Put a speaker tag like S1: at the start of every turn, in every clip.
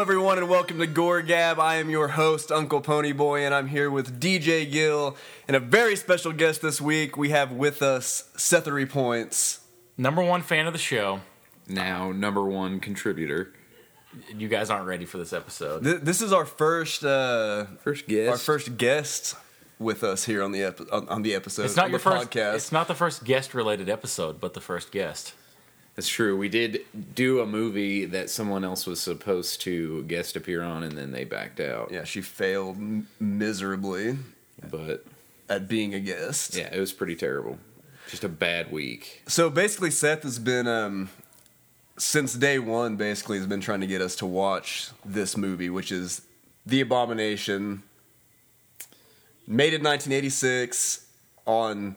S1: everyone, and welcome to Gore Gab. I am your host, Uncle Ponyboy, and I'm here with DJ Gill and a very special guest this week. We have with us Sethery Points.
S2: Number one fan of the show.
S3: now number one contributor.
S2: You guys aren't ready for this episode.
S1: Th- this is our first uh,
S3: First guest.
S1: our first guest with us here on the epi- on, on the episode.
S2: It's not
S1: on
S2: your
S1: the
S2: first.
S1: podcast.
S2: It's not the first guest-related episode, but the first guest.
S3: That's true. We did do a movie that someone else was supposed to guest appear on, and then they backed out.
S1: yeah, she failed m- miserably
S3: But
S1: at being a guest.
S3: yeah, it was pretty terrible. Just a bad week.
S1: So basically, Seth has been um, since day one. Basically, has been trying to get us to watch this movie, which is The Abomination, made in 1986 on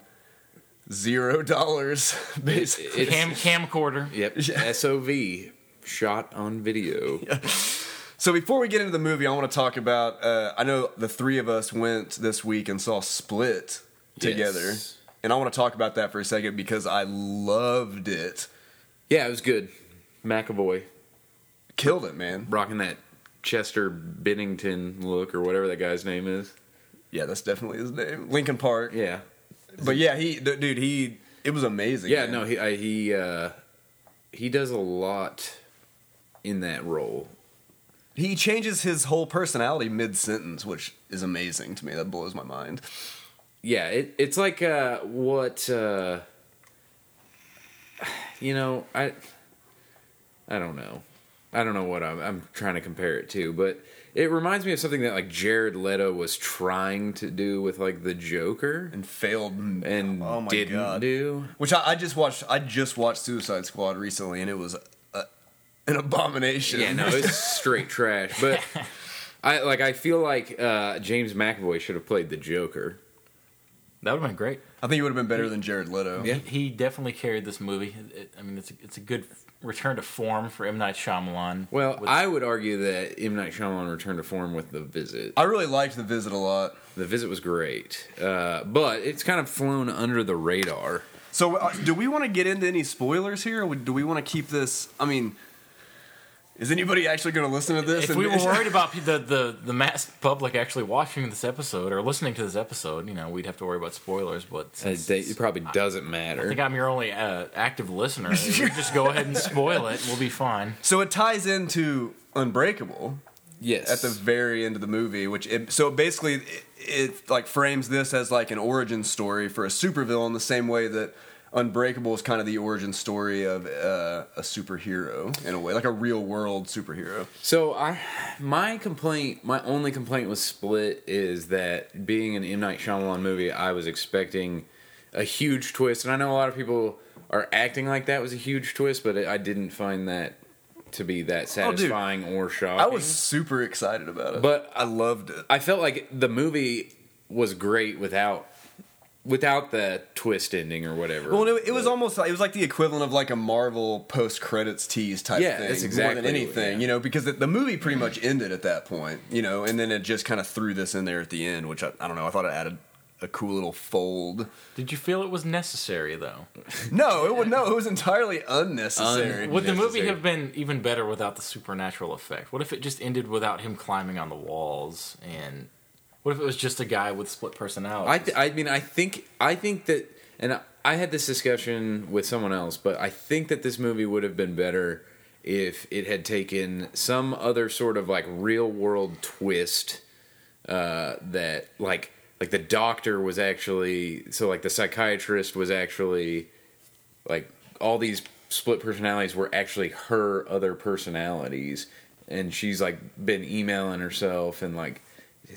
S1: zero dollars. Basically,
S3: It's-
S2: Cam camcorder.
S3: Yep. SOV shot on video.
S1: So before we get into the movie, I want to talk about. Uh, I know the three of us went this week and saw Split together,
S3: Yes.
S1: and I want to talk about that for a second because I loved it.
S3: Yeah, it was good. McAvoy
S1: Killed it, man.
S3: rocking that Chester Bennington look or whatever that guy's name is.
S1: Yeah, that's definitely his name. Lincoln Park.
S3: Yeah.
S1: But yeah, he d- dude, he it was amazing.
S3: Yeah,
S1: man.
S3: no, he I, he uh, he does a lot in that role.
S1: he changes his whole personality mid sentence, which is amazing to me. That blows my mind.
S3: yeah it, it's like uh what uh you know i i don't know i don't know what i'm i'm trying to compare it to but it reminds me of something that like jared leto was trying to do with like the joker
S1: And failed m-
S3: and
S1: oh my
S3: didn't
S1: god,
S3: do
S1: which I, I just watched. I just watched Suicide Squad recently, and it was a, an abomination.
S3: yeah no it's straight trash but i like i feel like uh james mcavoy should have played the joker
S2: That would have been great.
S1: I think it would have been better than Jared Leto.
S3: Yeah.
S2: He definitely carried this movie. It- I mean, it's a, it's a good return to form for M Night Shyamalan.
S3: well,
S2: With-
S3: I would argue that M. Night Shyamalan returned to form with The Visit.
S1: I really liked The Visit a lot.
S3: The visit was great, uh, but it's kind of flown under the radar.
S1: So, uh, do we want to get into any spoilers here? Or do we want to keep this? I mean, is anybody actually going to listen to this?
S2: if we were worried about pe- the, the the mass public actually watching this episode or listening to this episode, you know, we'd have to worry about spoilers. But
S3: Uh,
S2: since
S3: they- It probably
S2: I
S3: doesn't
S2: think
S3: matter.
S2: I'm your only uh, active listener, you just go ahead and spoil it. We'll be fine.
S1: so it ties into Unbreakable.
S3: Yes,
S1: at the very end of the movie, which it, so basically it, it like frames this as like an origin story for a supervillain, the same way that Unbreakable is kind of the origin story of uh, a superhero in a way, like a real world superhero.
S3: so I, my complaint, my only complaint with Split is that being an M Night Shyamalan movie, I was expecting a huge twist, and I know a lot of people are acting like that was a huge twist, but I didn't find that to be that
S1: Oh, dude.
S3: satisfying or shocking.
S1: I was super excited about it,
S3: But-
S1: I loved it.
S3: I felt like the movie was great without without the twist ending or whatever.
S1: Well, it, it was
S3: But-
S1: almost like, it was like the equivalent of like a Marvel post credits tease type
S3: Yeah,
S1: thing,
S3: that's
S1: more
S3: exactly
S1: than
S3: what-
S1: anything,
S3: yeah.
S1: you know, because the, the movie pretty much ended at that point, you know, and then it just kind of threw this in there at the end, which I, I don't know, I thought it added a cool little fold.
S2: Did you feel it was necessary though?
S1: No, it would no. It was entirely unnecessary.
S3: Un-
S2: Would the movie
S3: Necessary.
S2: have been even better without the supernatural effect? What if it just ended without him climbing on the walls? And what if it was just a guy with split personality?
S3: I, th- I mean, I think, I think that, and I, I had this discussion with someone else, but I think that this movie would have been better if it had taken some other sort of like real world twist uh, that, like, like the doctor was actually, so like the psychiatrist was actually, like, all these split personalities were actually her other personalities, and she's like been emailing herself and like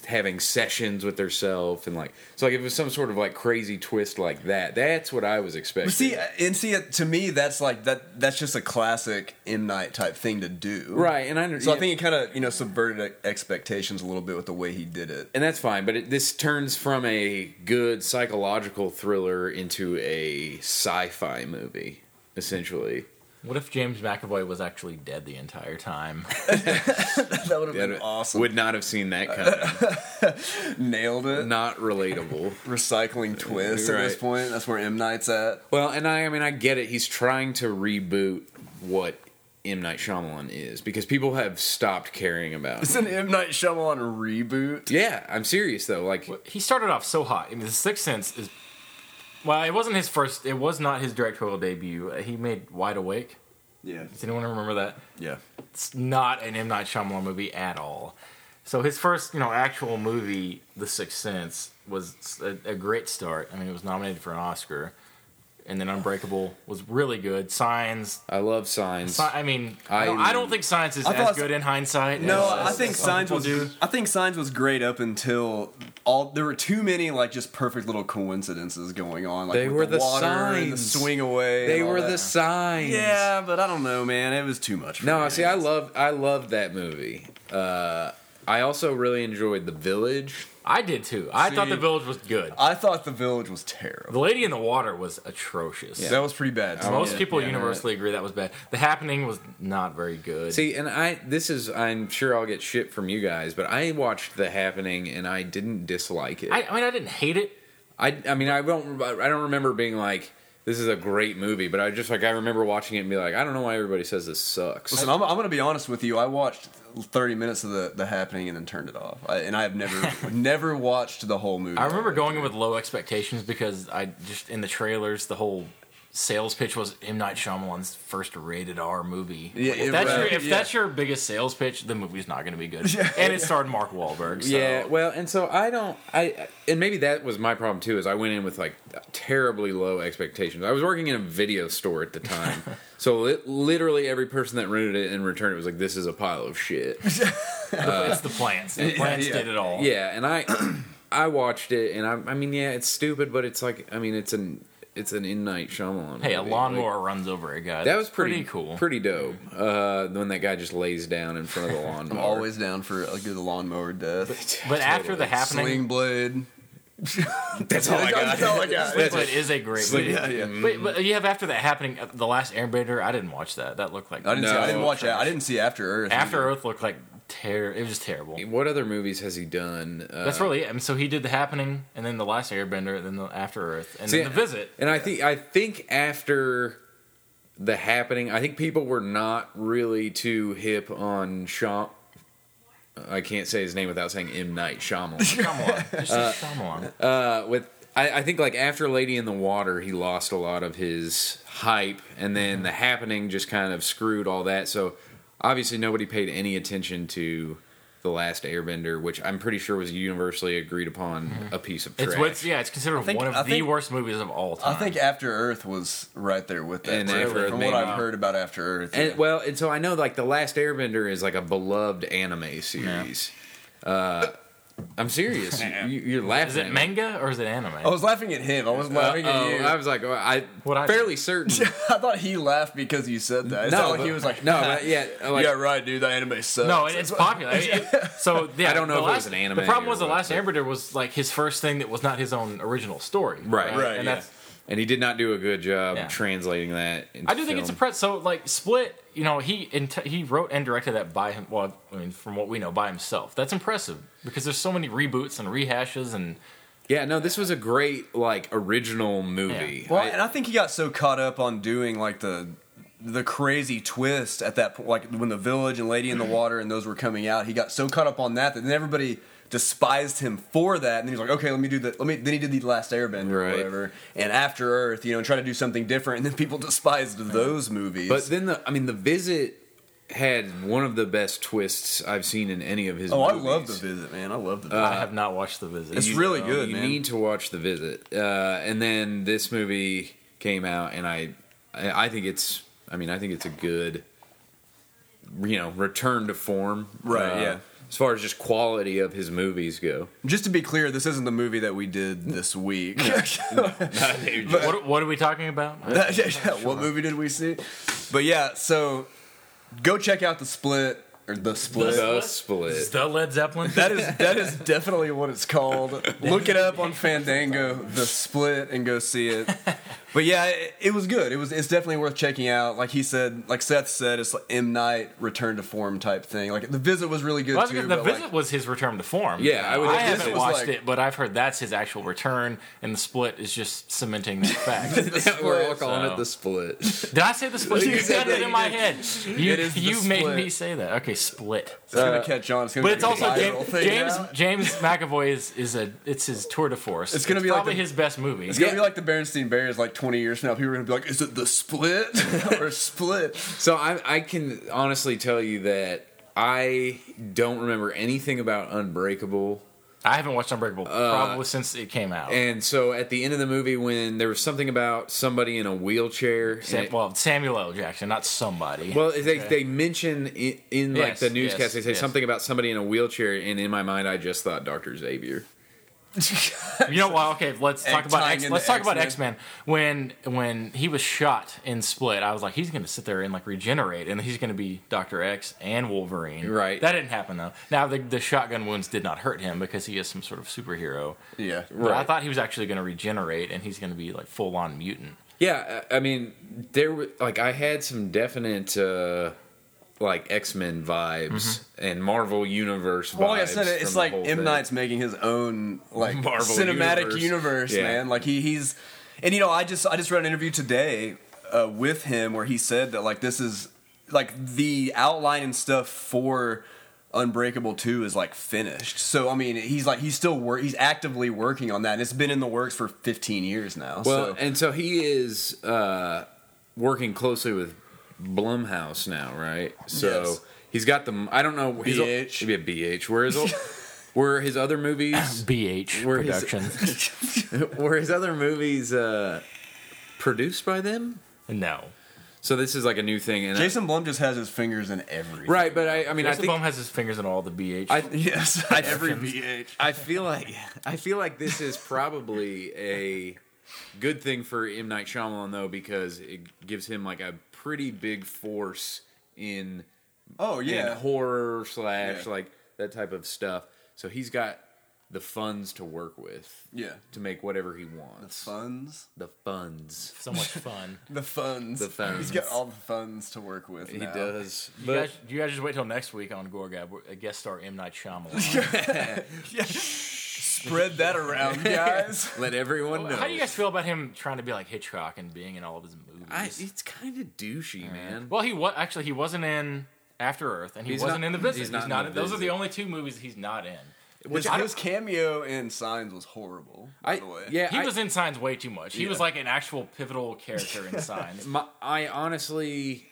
S3: having sessions with herself and like so like if it was some sort of like crazy twist like that that's what i was expecting
S1: But see, uh, and see, to me, that's like that. That's just a classic M Night type thing to do,
S3: right and i under-
S1: So I think it kind of you know subverted e-, expectations a little bit with the way he did it.
S3: and that's fine but it, this turns from a good psychological thriller into a sci-fi movie essentially
S2: what if James McAvoy was actually dead the entire time?
S1: that would have been
S3: That
S1: awesome.
S3: would not have seen that coming
S1: Nailed it.
S3: not relatable
S1: Recycling twist at this
S3: Right.
S1: point. That's where M Night's at.
S3: Well, and I, I mean, I get it. He's trying to reboot what M Night Shyamalan is because people have stopped caring about.
S1: It's an
S3: It.
S1: M Night Shyamalan reboot.
S3: Yeah, I'm serious though. Like
S2: He started off so hot. I mean, The Sixth Sense is. Well, it wasn't his first. It was not his directorial debut. Uh, He made Wide Awake.
S1: Yeah,
S2: Does anyone remember that?
S1: yeah.
S2: It's not an M Night Shyamalan movie at all. So his first, you know, actual movie, The Sixth Sense, was a, a great start. I mean, it was nominated for an Oscar, and then Unbreakable was really good. Signs.
S3: I love signs.
S2: Si- I mean, I,
S3: I-
S2: don't, I don't think Signs is
S1: I
S2: as
S1: thought-
S2: good in hindsight.
S1: No,
S2: as-
S1: I
S2: as
S1: think
S2: some
S1: Signs
S2: people
S1: was.
S2: do.
S1: I think Signs was great up until all there were too many like just perfect little coincidences going on. Like
S3: They
S1: with
S3: were the
S1: water and the
S3: signs.
S1: swing away.
S3: they
S1: and all
S3: were
S1: that.
S3: the signs.
S1: Yeah, but I don't know, man. It was too much. For
S3: No,
S1: me.
S3: see, I love I loved that movie. Uh, I also really enjoyed The Village.
S2: I did too. I thought
S1: See-
S2: The Village was good.
S1: I thought the village was
S2: The
S1: terrible.
S2: Lady in the Water was atrocious.
S1: That was pretty bad. too.
S2: Most
S3: yeah,
S2: people
S3: yeah,
S2: universally agree that was bad. The Happening was not very good.
S3: See, and I this is I'm sure I'll get shit from you guys, but I watched The Happening and I didn't dislike it.
S2: I, I mean, I didn't hate it.
S3: I, I mean, I don't, I don't remember being like, this is a great movie, but I just like, I remember watching it and be like, I don't know why everybody says this sucks.
S1: Listen, I'm, I'm going to be honest with you. I watched 30 minutes of the, the happening and then turned it off. I, and I have never never watched the whole movie.
S2: I remember going in with low expectations because I just in the trailers the whole sales pitch was M Night Shyamalan's first rated R movie.
S1: Yeah,
S2: if
S1: it
S2: that's
S1: was.
S2: your if
S1: Yeah.
S2: that's your biggest sales pitch, the movie's not going to be good.
S1: Yeah.
S2: and it starred Mark Wahlberg. So.
S3: Yeah, well, and so I don't, I, and maybe that was my problem too, is I went in with like terribly low expectations. I was working in a video store at the time, so li- literally every person that rented it and returned it was like, this is a pile of shit.
S2: it's the plants. The plants
S1: uh, yeah.
S2: did it all.
S3: Yeah, and I I watched it, and I, I mean, yeah, it's stupid, but it's like, I mean, it's an it's an in night Shyamalan.
S2: Hey, a
S3: movie.
S2: lawnmower runs over a guy.
S3: Like, that was
S2: That's
S3: pretty,
S2: cool.
S3: pretty dope. Uh, when that guy just lays down in front of the lawnmower.
S1: I'm always down for a good lawnmower death.
S2: but after the Oh happening,
S1: Sling blade.
S3: That's all I
S1: That's
S3: got.
S1: all I got.
S2: Sling Blade is a great movie.
S1: Yeah, yeah.
S2: Wait, but you have after that happening, uh, the last Airbender. I didn't watch that. That looked like
S1: I didn't, see, I didn't
S3: No.
S1: watch it. I didn't see After Earth.
S2: After Earth looked like ter. It was just terrible.
S3: What other movivies has he done? Uh,
S2: That's really it. I mean, so he did the happening, and then the last Airbender, and then the After Earth, and
S3: See,
S2: then the visit.
S3: And I think I think after the happening, I think people were not really too hip on Shyam. I can't say his name without saying M Night Shyamalan.
S2: Shyamalan, just uh, Shyamalan.
S3: uh, with I, I think like after Lady in the Water, he lost a lot of his hype, and
S1: Mm-hmm.
S3: then the happening just kind of screwed all that. So obviously, nobody paid any attention to the last Airbender, which I'm pretty sure was universally agreed upon
S1: Mm-hmm.
S3: a piece of trash.
S2: It's what's yeah. It's considered
S1: think-
S2: one of
S1: I
S2: the
S1: think-
S2: worst movies of all
S1: I
S2: time.
S1: think After Earth was right there with that.
S3: And
S1: too,
S3: After Earth
S1: from
S3: made
S1: what
S3: me-
S1: I've heard about After Earth.
S3: and well, and so I know like the last Airbender is like a beloved anime series. Uh, I'm serious. you, you're laughing.
S2: is
S3: at
S2: it
S3: me.
S2: manga or is it anime?
S3: Oh,
S1: I was laughing at him. I was laughing
S3: Uh-oh, I
S1: at you.
S3: was like, Uh, oh, I
S2: What I-
S3: fairly certain.
S1: I thought he laughed because you said that. It's not like
S3: but-
S1: he was like,
S3: no, but yeah, like,
S1: yeah, right, dude. That anime sucks.
S2: no, it, it's popular. I mean, it- so yeah,
S3: I don't know
S2: the
S3: if it was
S2: last,
S3: an anime
S2: The problem
S3: or
S2: was the
S3: what,
S2: last
S3: but-
S2: Airbender was like his first thing that was not his own original story.
S3: Right.
S1: Right,
S2: And
S1: yeah.
S2: that's
S3: and he did not do a good job
S2: Yeah.
S3: translating that. Into
S2: I do think it's a
S3: film.
S2: pre- so like Split. You know, he int- he wrote and directed that by him. Well, I mean, from what we know, by himself. That's impressive because there's so many reboots and rehashes and
S3: yeah. No, this was a great like original movie.
S1: Well,
S3: I-
S1: and I think he got so caught up on doing like the the crazy twist at that point, like when the village and Lady in the
S3: Mm-hmm.
S1: Water and those were coming out. He got so caught up on that that then everybody despised him for that. And then he was like, okay, let me do the let me. Then he did the Last Airbender
S3: Right.
S1: or whatever, and After Earth, you know, and try to do something different. And then people despised those movies.
S3: but then the I mean the visit had one of the best twists I've seen in any of his.
S1: oh,
S3: movies. Uh,
S1: I love the visit, man. I love the
S2: I
S1: visit.
S2: have not watched The Visit.
S1: Uh, It's
S2: You-
S1: really- good,
S3: You
S1: man.
S3: need to watch the visit. Uh, and then this movie came out, and I, I I think it's. I mean, I think it's a good, you know, return to form.
S1: Right,
S3: uh,
S1: yeah.
S3: As far as just quality of his movies go.
S1: Just to be clear, this isn't the movie that we did this week.
S2: What, what are we talking about?
S1: That- yeah, yeah. What movie did we see? But yeah, so go check out the split. or the split.
S3: The split.
S2: The Led Zeppelin.
S1: That is that is definitely what it's called. Look it up on Fandango, the split, and go see it. But yeah, it, it was good. It was it's definitely worth checking out. Like he said, like Seth said, it's like M Night return to form type thing. Like the visit was really good
S2: Well, I was
S1: too.
S2: gonna- the
S1: but,
S2: visit
S1: like,
S2: was his return to form.
S3: Yeah, I
S2: I,
S3: would-
S1: this
S2: haven't
S1: was
S2: watched
S1: like-
S2: it, but I've heard that's his actual return, and the split is just cementing that fact.
S1: the
S3: Yeah, we're all
S1: split,
S3: calling
S2: so.
S3: it the split.
S2: Did I say the split?
S3: You
S2: You
S3: said
S2: said
S3: that
S2: it in
S3: you
S2: my
S3: did.
S2: head. You
S1: It is the
S2: you
S1: split.
S2: made me say that. Okay, split.
S1: It's gonna catch on. It's gonna
S2: But
S1: be
S2: it's
S1: a
S2: also
S1: viral
S2: James
S1: thing
S2: James,
S1: now.
S2: James McAvoy is, is a it's his tour de force.
S1: It's gonna be like
S2: probably
S1: the-
S2: his best movie.
S1: It's gonna be like the Berenstein Bears. Like twenty years from now, people are gonna be like, "Is it the split or split?"
S3: so I, I can honestly tell you that I don't remember anything about Unbreakable.
S2: I haven't watched Unbreakable
S1: Uh,
S2: probably since it came out.
S3: And so at the end of the movie, when there was something about somebody in a wheelchair, and
S2: Sam,
S3: it-
S2: well, Samuel L. Jackson, not somebody.
S3: Well, they they mention in, in like
S2: Yes,
S3: the newscast
S2: yes,
S3: they say
S2: yes.
S3: something about somebody in a wheelchair, and in my mind, I just thought Doctor Xavier.
S2: you know what? Okay, let's
S1: And
S2: talk about
S1: tying
S2: X.
S1: in
S2: Let's
S1: the
S2: talk about X
S1: X-Men.
S2: Men. When when he was shot in Split, I was like, he's going to sit there and like regenerate, and he's going to be Doctor X and Wolverine.
S3: Right.
S2: That didn't happen though. Now the the shotgun wounds did not hurt him because he is some sort of superhero.
S1: yeah,
S2: But I
S3: Right.
S2: thought he was actually going to regenerate, and he's going to be like full on mutant.
S3: Yeah, I I mean, there were like I had some definite uh like X Men vibes and Marvel Universe.
S1: Mm-hmm. Well, like I
S3: vibes
S1: said,
S3: from
S1: it's
S3: the
S1: like
S3: whole
S1: M
S3: thing.
S1: Night's making his own like
S3: Marvel
S1: cinematic
S3: universe.
S1: universe,
S3: Yeah.
S1: man. Like he, he's, and you know, I just I just read an interview today uh, with him where he said that like this is like the outline and stuff for Unbreakable Two is like finished. So I mean, he's like he's still work he's actively working on that, and it's been in the works for 15 years now.
S3: Well,
S1: so.
S3: and so he is uh working closely with Blumhouse now, right? So
S1: Yes.
S3: he's got the I don't know his-
S1: BH.
S3: Maybe a BH. Where is his where his other movies?
S2: BH
S3: Where is-
S2: Productions.
S3: were his other movies uh, produced by them?
S2: no.
S3: So this is like a new thing, and I-
S1: Jason Blum just has his fingers in everything.
S3: right? But I, I mean,
S2: Jason
S3: I
S2: Blum
S3: think
S2: has his fingers in all the BH.
S3: I,
S1: Yes. Every BH.
S3: I feel like I feel like this is probably a good thing for M Night Shyamalan though, because it gives him like a pretty big force in
S1: Oh yeah.
S3: in horror slash
S1: Yeah.
S3: like that type of stuff. So he's got the funds to work with
S1: yeah.
S3: to make whatever he
S1: The
S3: wants.
S1: funds.
S3: The funds.
S2: so much fun.
S1: The funds.
S3: The funds.
S1: He's got all the funds to work with.
S3: He
S1: now.
S3: does.
S2: You
S3: But
S2: guys, you guys just wait till next week on Gorgab, a guest star M Night Shyamalan.
S1: Spread that around, guys.
S3: let everyone know.
S2: How do you guys feel about him trying to be like Hitchcock and being in all of his movies?
S3: I, it's kind of douchey, man.
S2: well, he was actually he wasn't in After Earth, and he
S3: He's
S2: wasn't
S3: not-
S2: in The Visit.
S3: he's
S2: He's
S3: not
S2: not.
S3: in The
S2: in, those are
S3: Visit.
S2: the only two movies that he's not in.
S1: Which
S2: I
S1: his cameo in Signs was horrible. By
S3: I,
S1: the way,
S3: yeah,
S2: He
S3: I,
S2: was in Signs way too much. He was
S1: Yeah.
S2: like an actual pivotal character in Signs.
S3: My, I honestly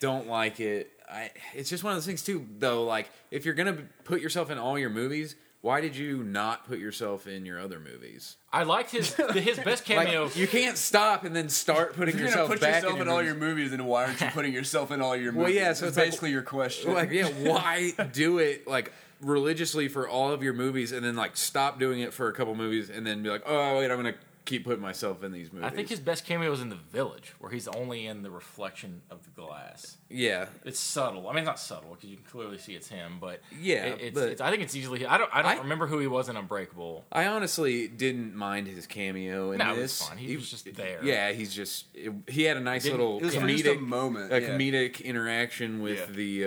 S3: don't like it. I, it's just one of those things too, though. Like, if you're gonna put yourself in all your movies, why did you not put yourself in your other movies?
S2: I liked his his best
S3: Like,
S2: cameo.
S3: you can't stop and then start putting
S1: If you're gonna
S3: yourself
S1: put
S3: back
S1: yourself
S3: in,
S1: in,
S3: your
S1: all
S3: movies.
S1: your movies, then why aren't you putting yourself in all your movies?
S3: Well, yeah, so
S1: Is
S3: it's like-
S1: basically your question.
S3: Like, yeah, why do it like religiously for all of your movies and then like stop doing it for a couple movies and then be like, oh wait, I'm gonna keep putting myself in these movies.
S2: I think his best cameo was in The Village, where he's only in the reflection of the glass.
S3: yeah,
S2: It's subtle. I mean, it's not subtle because you can clearly see it's him, but
S3: Yeah,
S2: it- it's,
S3: but-
S2: it's, I think it's easily. I don't. I don't
S3: I-
S2: remember who he was in Unbreakable.
S3: I honestly didn't mind his cameo in
S2: No, it was
S3: this.
S2: fine. He was just there.
S3: Yeah, he's just it- he had a nice
S2: Didn't-
S3: little
S1: it was for just a
S3: comedic
S1: moment.
S3: a
S1: yeah.
S3: comedic interaction with the uh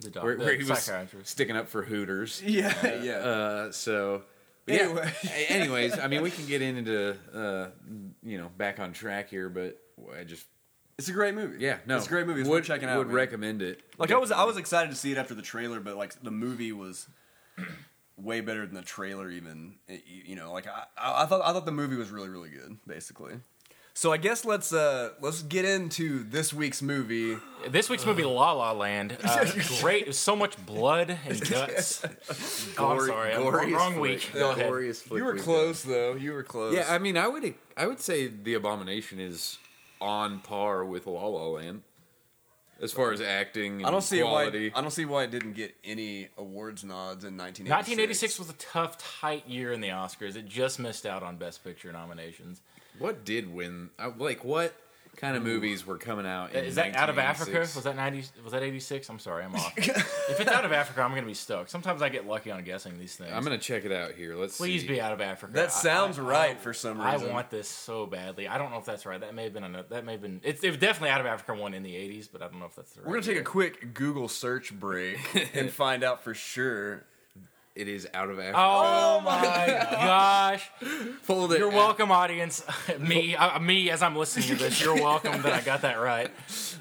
S2: The doc-
S3: where,
S2: the
S3: where he was
S2: psychiatrist.
S3: sticking up for Hooters.
S1: Yeah, yeah.
S3: Uh, so but
S1: Anyway.
S3: yeah. A- Anyways, I mean we can get into uh you know back on track here, but I just
S1: it's a great movie.
S3: yeah no
S1: it's a great movie. It's
S3: would,
S1: worth checking out.
S3: Would
S1: man.
S3: recommend it.
S1: Like I was, I was excited to see it after the trailer, but like the movie was way better than the trailer. Even It- you you know, like I, I I thought, I thought the movie was really, really good. Basically, so I guess let's uh let's get into this week's movie.
S2: This week's movie, La La Land, uh, great. There's so much blood and guts. oh, I'm sorry. I'm wrong, wrong week. Go ahead.
S1: you were close though. You were close.
S3: Yeah, I mean I would I would say the abomination is on par with La La Land. As far as acting, and
S1: I don't see
S3: quality.
S1: why. I don't see why it didn't get any awards nods in 1986.
S2: 1986 was a tough, tight year in the Oscars. It just missed out on Best Picture nominations.
S3: What did win? I- Like what? kind of movies were coming out. In
S2: Is that out of Africa?
S3: 1986.
S2: Was that ninety? Was that eighty six? I'm sorry, I'm off. if it's out of Africa, I'm gonna be stoked. Sometimes I get lucky on guessing these things.
S3: I'm gonna check it out here. Let's
S2: Please
S3: see.
S2: be out of Africa.
S1: That sounds right for some
S2: I
S1: reason.
S2: want this so badly. I don't know if that's right. That may have been another. That may have been. It's, it was definitely out of Africa one in the '80s, but I don't know if that's the right.
S1: We're gonna take a
S2: year.
S1: quick Google search break and find out for sure.
S3: It is out of Africa.
S2: Oh my gosh!
S3: Fold it
S2: You're
S3: out.
S2: welcome, audience. me, uh, me, as I'm listening to this, you're welcome that I got that right.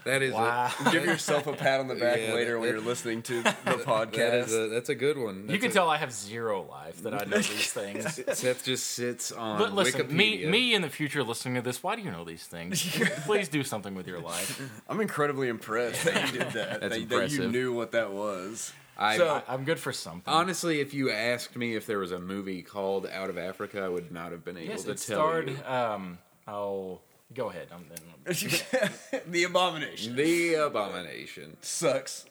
S3: That is
S2: Wow.
S3: a,
S1: Give yourself a pat on the back
S3: Yeah,
S1: later
S3: that-
S1: when you're listening to the
S3: that is
S1: podcast.
S3: a that's a good one.
S2: you
S3: That's
S2: can
S3: a-
S2: tell I have zero life that I know these things.
S3: Seth just sits on
S2: But listen,
S3: Wikipedia.
S2: me, me in the future listening to this, why do you know these things? Please do something with your life.
S1: I'm incredibly impressed that you did that.
S3: That's
S1: that, that you
S3: impressive.
S1: knew what that was.
S3: I,
S1: So-
S2: I, am good for something.
S3: honestly, if you asked me if there was a movie called Out of Africa, I would not have been able
S2: yes,
S3: to
S2: it
S3: tell
S2: starred.
S3: you.
S2: Um, oh, go ahead. I'm, I'm-
S1: the abomination
S3: The Abomination.
S1: sucks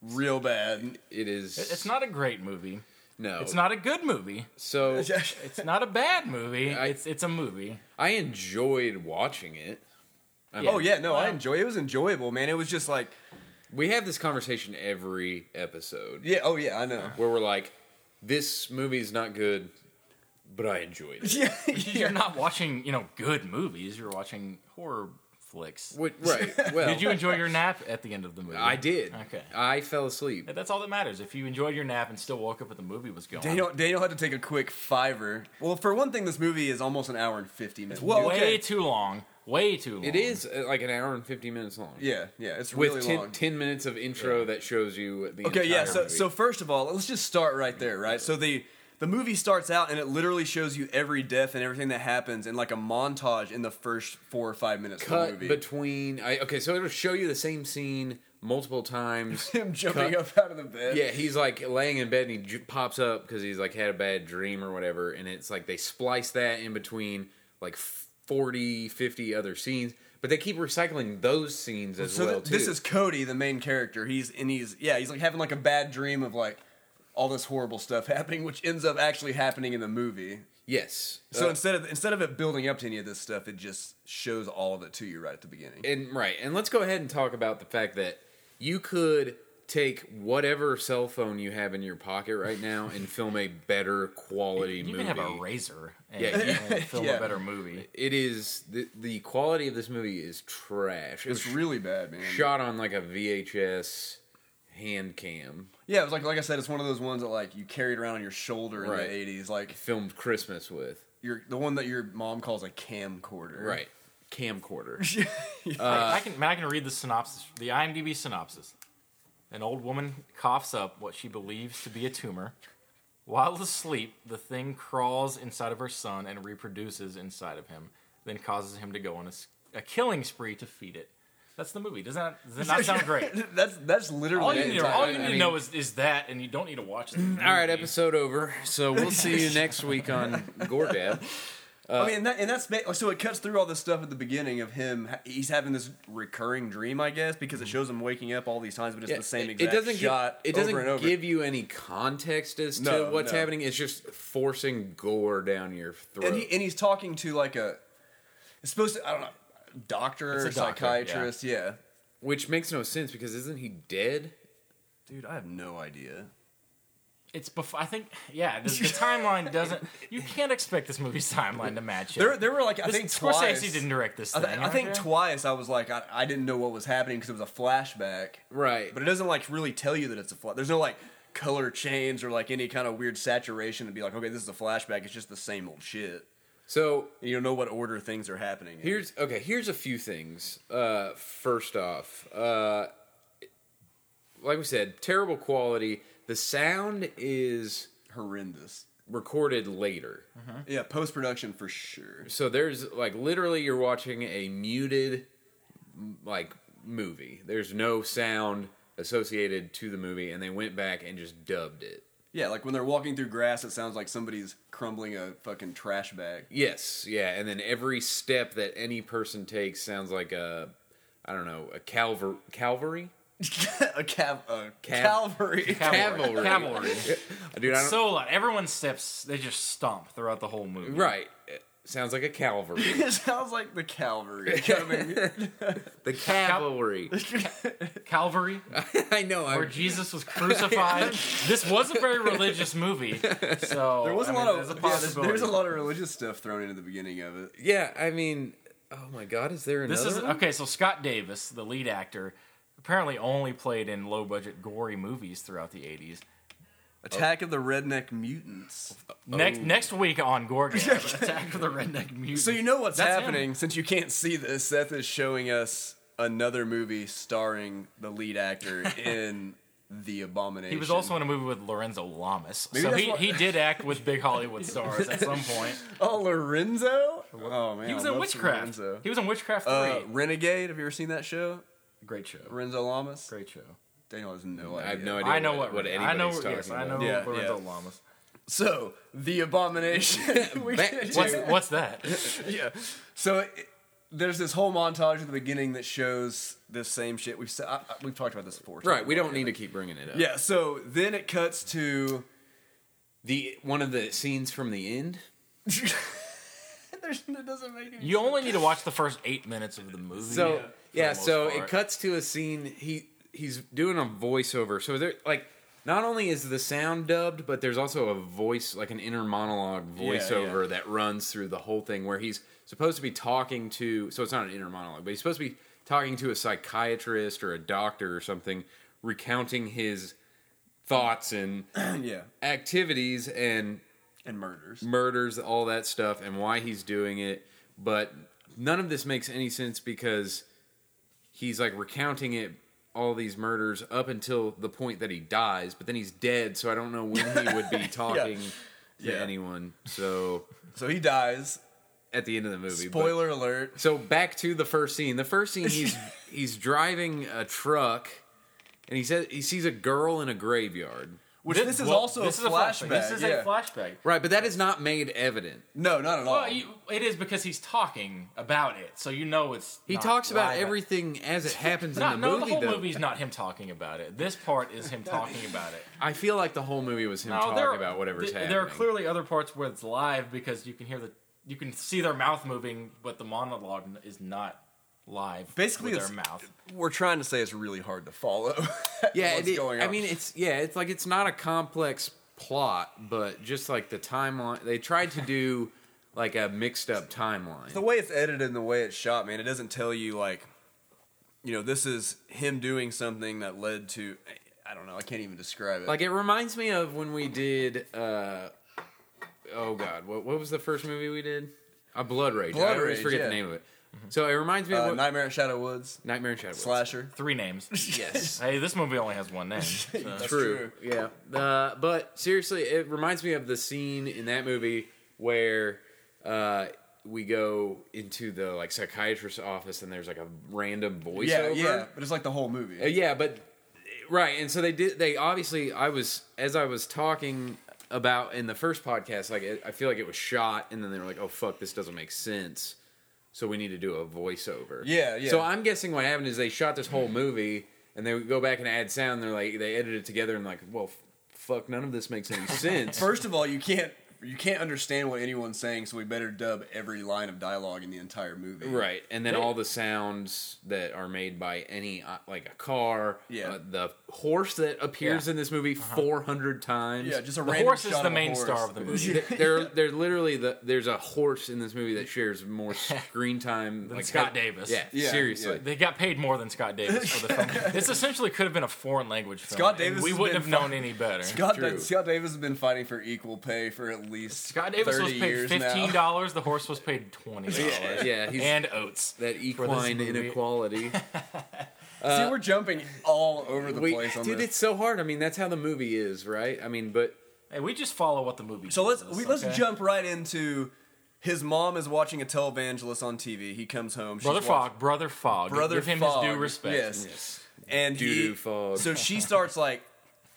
S1: real bad.
S3: It is.
S2: it's not a great movie.
S3: No,
S2: It's not a good movie.
S3: So
S2: It's not a bad movie.
S3: I-
S2: it's it's a movie.
S3: I enjoyed watching it.
S1: Oh yeah, no, I
S2: Wow.
S1: enjoy. It was enjoyable, man. It was just like,
S3: We have this conversation every episode
S1: yeah, oh yeah, I know.
S3: where we're like, "This movie's not good, but I enjoyed it."
S1: Yeah,
S2: You're not watching, you know, good movies. You're watching horror flicks.
S3: Wh- right. Well,
S2: Did you enjoy your nap at the end of the movie?
S3: I did.
S2: Okay.
S3: I fell asleep.
S2: That's all that matters. If you enjoyed your nap and still woke up when the movie was going,
S1: Daniel, Daniel had to take a quick fiver. Well, for one thing, this movie is almost an hour and fifty minutes. Well,
S2: way
S1: okay.
S2: too long. Way too long.
S3: It is uh, like an hour and fifty minutes long.
S1: yeah, yeah, it's
S3: With
S1: really
S3: ten,
S1: long.
S3: 10 minutes of intro that shows you the
S1: okay, yeah.
S3: entire
S1: So,
S3: movie.
S1: so first of all, let's just start right there, right? So the the movie starts out and it literally shows you every death and everything that happens in like a montage in the first four or five minutes of the
S3: cut
S1: movie.
S3: between. I, okay, so it'll show you the same scene multiple times.
S1: him jumping up
S3: Cut.
S1: out of the bed.
S3: Yeah, he's like laying in bed and he j- pops up because he's like had a bad dream or whatever. And it's like they splice that in between like 40, 50 other scenes. But they keep recycling those scenes as
S1: So
S3: well,
S1: th-
S3: too.
S1: this is Cody, the main character. He's and he's yeah, he's like having like a bad dream of like all this horrible stuff happening, which ends up actually happening in the movie.
S3: Yes.
S1: So
S3: Uh,
S1: instead of instead of it building up to any of this stuff, it just shows all of it to you right at the beginning.
S3: and right. And let's go ahead and talk about the fact that you could take whatever cell phone you have in your pocket right now and film a better quality
S2: You
S3: movie.
S2: can have a razor and,
S3: Yeah, you-
S2: and film
S1: yeah.
S2: a better movie.
S3: it is the, the quality of this movie is trash. It was
S1: It's really bad, man.
S3: shot on like a VHS hand cam.
S1: Yeah, it was like like I said, it's one of those ones that like you carried around on your shoulder in
S3: Right.
S1: the eighties, like
S3: filmed Christmas with.
S1: your the one that your mom calls a camcorder.
S3: Right. Camcorder.
S2: I, I can man, I can read the synopsis, the IMDb synopsis. An old woman coughs up what she believes to be a tumor. While asleep, the thing crawls inside of her son and reproduces inside of him, then causes him to go on a, s- a killing spree to feed it. That's the movie. Does that does it not sound great?
S1: that's that's literally
S2: All you
S1: it.
S2: need, to, all you
S3: I
S2: need to
S3: mean-
S2: know is, is that, and you don't need to watch
S1: Mm,
S2: the movie.
S3: All right, episode over. So we'll see you next week on Gordab.
S1: I mean, and, that, and that's ba- so it cuts through all this stuff at the beginning of him. ha- He's having this recurring dream, I guess, because it shows him waking up all these times, but it's the same exact shot.
S3: Give, it doesn't
S1: over and over.
S3: give you any context as to
S1: No,
S3: what's
S1: no.
S3: happening. It's just forcing gore down your throat.
S1: and he and he's talking to like a. It's supposed to. I don't know. Doctor
S2: It's a
S1: or
S2: doctor,
S1: psychiatrist, yeah.
S3: which makes no sense because isn't he dead?
S1: Dude, I have no idea.
S2: It's before. I think. Yeah, the, the timeline doesn't. You can't expect this movie's timeline to match it.
S1: There, there were like I
S2: This-
S1: think
S2: Scorsese
S1: twice.
S2: didn't direct this
S1: I,
S2: thing.
S1: th- I think
S2: right?
S1: twice I was like I, I didn't know what was happening because it was a flashback,
S3: Right.
S1: but it doesn't like really tell you that it's a flash. There's no like color change or like any kind of weird saturation to be like okay this is a flashback. It's just the same old shit.
S3: So
S1: You don't know what order things are happening. in.
S3: Here's okay. Here's a few things. Uh, first off, uh, like we said, terrible quality. The sound is
S1: horrendous.
S3: recorded later,
S1: Yeah, post production for sure.
S3: so there's like literally you're watching a muted m- like movie. There's no sound associated to the movie, and they went back and just dubbed it.
S1: Yeah, like when they're walking through grass, it sounds like somebody's crumbling a fucking trash bag.
S3: Yes, yeah, and then every step that any person takes sounds like a, I don't know, a calver- Calvary.
S4: a cav- a
S3: Cav-
S4: cavalry.
S3: Cavalry.
S2: Cavalry.
S3: Dude, I don't,
S2: so loud. Everyone steps. They just stomp throughout the whole movie.
S3: right. It sounds like a cavalry.
S4: it sounds like the cavalry coming.
S3: The cavalry.
S2: Calvary,
S3: I know.
S2: where
S3: I'm,
S2: Jesus was crucified. this was a very religious movie. So
S1: There was
S2: I
S1: a
S2: mean,
S1: lot of
S2: there's a
S1: yeah, there's,
S2: possibility.
S1: there's a lot of religious stuff thrown into the beginning of it.
S3: yeah, I mean, oh my God, is there another?
S2: This is
S3: one?
S2: okay. So Scott Davis, the lead actor, apparently only played in low budget gory movies throughout the '80s.
S1: Attack of the Redneck Mutants.
S2: Next next week on Gorgon, Attack of the Redneck Mutant.
S1: Oh. So you know what's
S2: That's him.
S1: happening since you can't see this. Seth is showing us another movie starring the lead actor in The Abomination.
S2: He was also in a movie with Lorenzo Lamas.
S1: Maybe
S2: so
S1: that's
S2: he,
S1: why-
S2: he did act with big Hollywood stars at some point.
S1: oh Lorenzo. Oh man,
S2: He was
S1: I
S2: in
S1: love
S2: Witchcraft.
S1: Lorenzo.
S2: He was in Witchcraft 3.
S1: Uh, Renegade. Have you ever seen that show?
S2: Great show.
S1: Lorenzo Lamas.
S2: Great show.
S1: Daniel has no idea.
S3: I have no idea.
S2: I know what,
S3: what
S2: I
S3: anybody's
S2: know,
S3: talking
S2: yes, I know
S3: about.
S1: Yeah,
S2: Lorenzo
S1: yeah.
S2: Lamas.
S1: So the abomination. We
S3: Back
S1: can
S3: to-
S2: What's,
S1: do-
S2: what's that?
S1: yeah. So it, there's this whole montage at the beginning that shows this same shit. We've se- I, I- we've talked about this before.
S3: Right. We don't need to keep bringing it up.
S1: Yeah. So then it cuts to.
S3: The one of the scenes from the end.
S1: There's, it doesn't make any.
S2: You only need to watch the first eight minutes of the movie.
S3: So
S2: for
S3: yeah,
S2: the most
S3: so it
S2: part.
S3: cuts to a scene. He he's doing a voiceover. So there, like, not only is the sound dubbed, but there's also a voice, like an inner monologue voiceover that runs through the whole thing, where he's supposed to be talking to. So it's not an inner monologue, but he's supposed to be talking to a psychiatrist or a doctor or something, recounting his thoughts and
S1: yeah. Mm.
S3: activities and
S1: And murders.
S3: murders, all that stuff, and why he's doing it. But none of this makes any sense because he's like recounting it all these murders up until the point that he dies, but then he's dead, so I don't know when he would be talking to
S1: Yeah.
S3: anyone. So
S1: So he dies.
S3: at the end of the movie. but-
S1: Spoiler alert.
S3: so back to the first scene. The first scene, he's he's driving a truck, and he says he sees a girl in a graveyard.
S1: Which
S2: Thi-
S1: this, is
S2: well,
S1: also
S2: this
S1: a flashback.
S2: This is
S1: yeah.
S2: a flashback.
S3: Right, but that is not made evident.
S1: no, not at all.
S2: Well, you, it is because he's talking about it, so you know it's.
S3: He
S2: not
S3: talks about
S2: live.
S3: everything as it happens
S2: No,
S3: in the
S2: no,
S3: movie.
S2: the whole
S3: though.
S2: movie's not him talking about it. This part is him talking about it.
S3: I feel like the whole movie was him
S2: No,
S3: talking
S2: there are-
S3: about whatever's
S2: th-
S3: happening.
S2: There are clearly other parts where it's live because you can hear the, you can see their mouth moving, but the monologue n- is not live.
S1: Basically,
S2: with
S1: it's-
S2: their mouth.
S1: We're trying to say it's really hard to follow.
S3: yeah,
S1: what's
S3: it-
S1: going
S3: I
S1: on.
S3: mean, it's yeah, it's like it's not a complex plot, but just like the timeline, they tried to do like a mixed up timeline.
S1: the way it's edited and the way it's shot, man, it doesn't tell you like, you know, this is him doing something that led to. I don't know. I can't even describe it.
S3: like it reminds me of when we did. uh Oh God, what what was the first movie we did? A Blood Rage.
S1: Blood
S3: I always
S1: Rage,
S3: forget
S1: yeah.
S3: the name of it. So it reminds me of
S1: uh,
S3: what,
S1: Nightmare at Shadow Woods
S3: Nightmare in Shadow.
S1: slasher.
S2: Three names.
S3: Yes.
S2: hey, this movie only has one name. so-
S1: That's
S3: true. Yeah. Uh, but seriously, it reminds me of the scene in that movie where uh, we go into the like psychiatrist's office and there's like a random voiceover.
S1: Yeah, yeah, but it's like the whole movie.
S3: Uh, yeah, but right, and so they did. They obviously, I was as I was talking about in the first podcast, like it, I feel like it was shot, and then they were like, "Oh fuck, this doesn't make sense," so we need to do a voiceover.
S1: Yeah, yeah.
S3: So I'm guessing what happened is they shot this whole movie, and they would go back and add sound. And they're like, they edited it together, and like, well, f- fuck, none of this makes any sense.
S1: First of all, you can't you can't understand what anyone's saying, so we better dub every line of dialogue in the entire movie.
S3: Right, and then
S2: They-
S3: all the sounds that are made by any, uh, like a car,
S1: Yeah. Uh-huh.
S3: uh, the horse that appears
S2: Yeah.
S3: in this movie 400 times.
S1: Yeah, just a
S2: the
S1: random
S2: horse is
S1: shot
S2: the
S1: a
S2: main
S1: horse.
S2: star of the movie.
S3: Th- they're they're literally the there's a horse in this movie that shares more screen time
S2: Than Scott Davis.
S3: Yeah,
S1: Yeah,
S3: seriously.
S2: They got paid more than Scott Davis for the film. this essentially could have been a foreign language film.
S1: Scott
S2: and
S1: Davis
S2: we
S1: has
S2: wouldn't
S1: been
S2: have
S1: fi-
S2: known any better. Scott,
S1: Scott,
S3: True.
S1: Scott Davis has been fighting for equal pay for at least
S2: Davis
S1: 30
S2: was paid
S1: years now.
S2: fifteen dollars. The horse was paid twenty dollars.
S3: Yeah, he's
S2: and oats.
S3: that equine
S2: movie.
S3: inequality.
S1: See, we're jumping all over the
S3: We-
S1: place on
S3: dude,
S1: this.
S3: it's so hard. I mean, that's how the movie is, right? I mean, but
S2: Hey, we just follow what the movie.
S1: So let's
S2: tells us,
S1: we, let's
S2: okay?
S1: jump right into his mom is watching a televangelist on TV. He comes home, she's
S2: Brother
S1: watching-
S2: Fogg. Brother Fogg.
S1: Brother
S2: Give him
S1: Fogg,
S2: his due respect.
S1: Yes, and he-
S3: Doo-doo Fogg.
S1: So she starts like.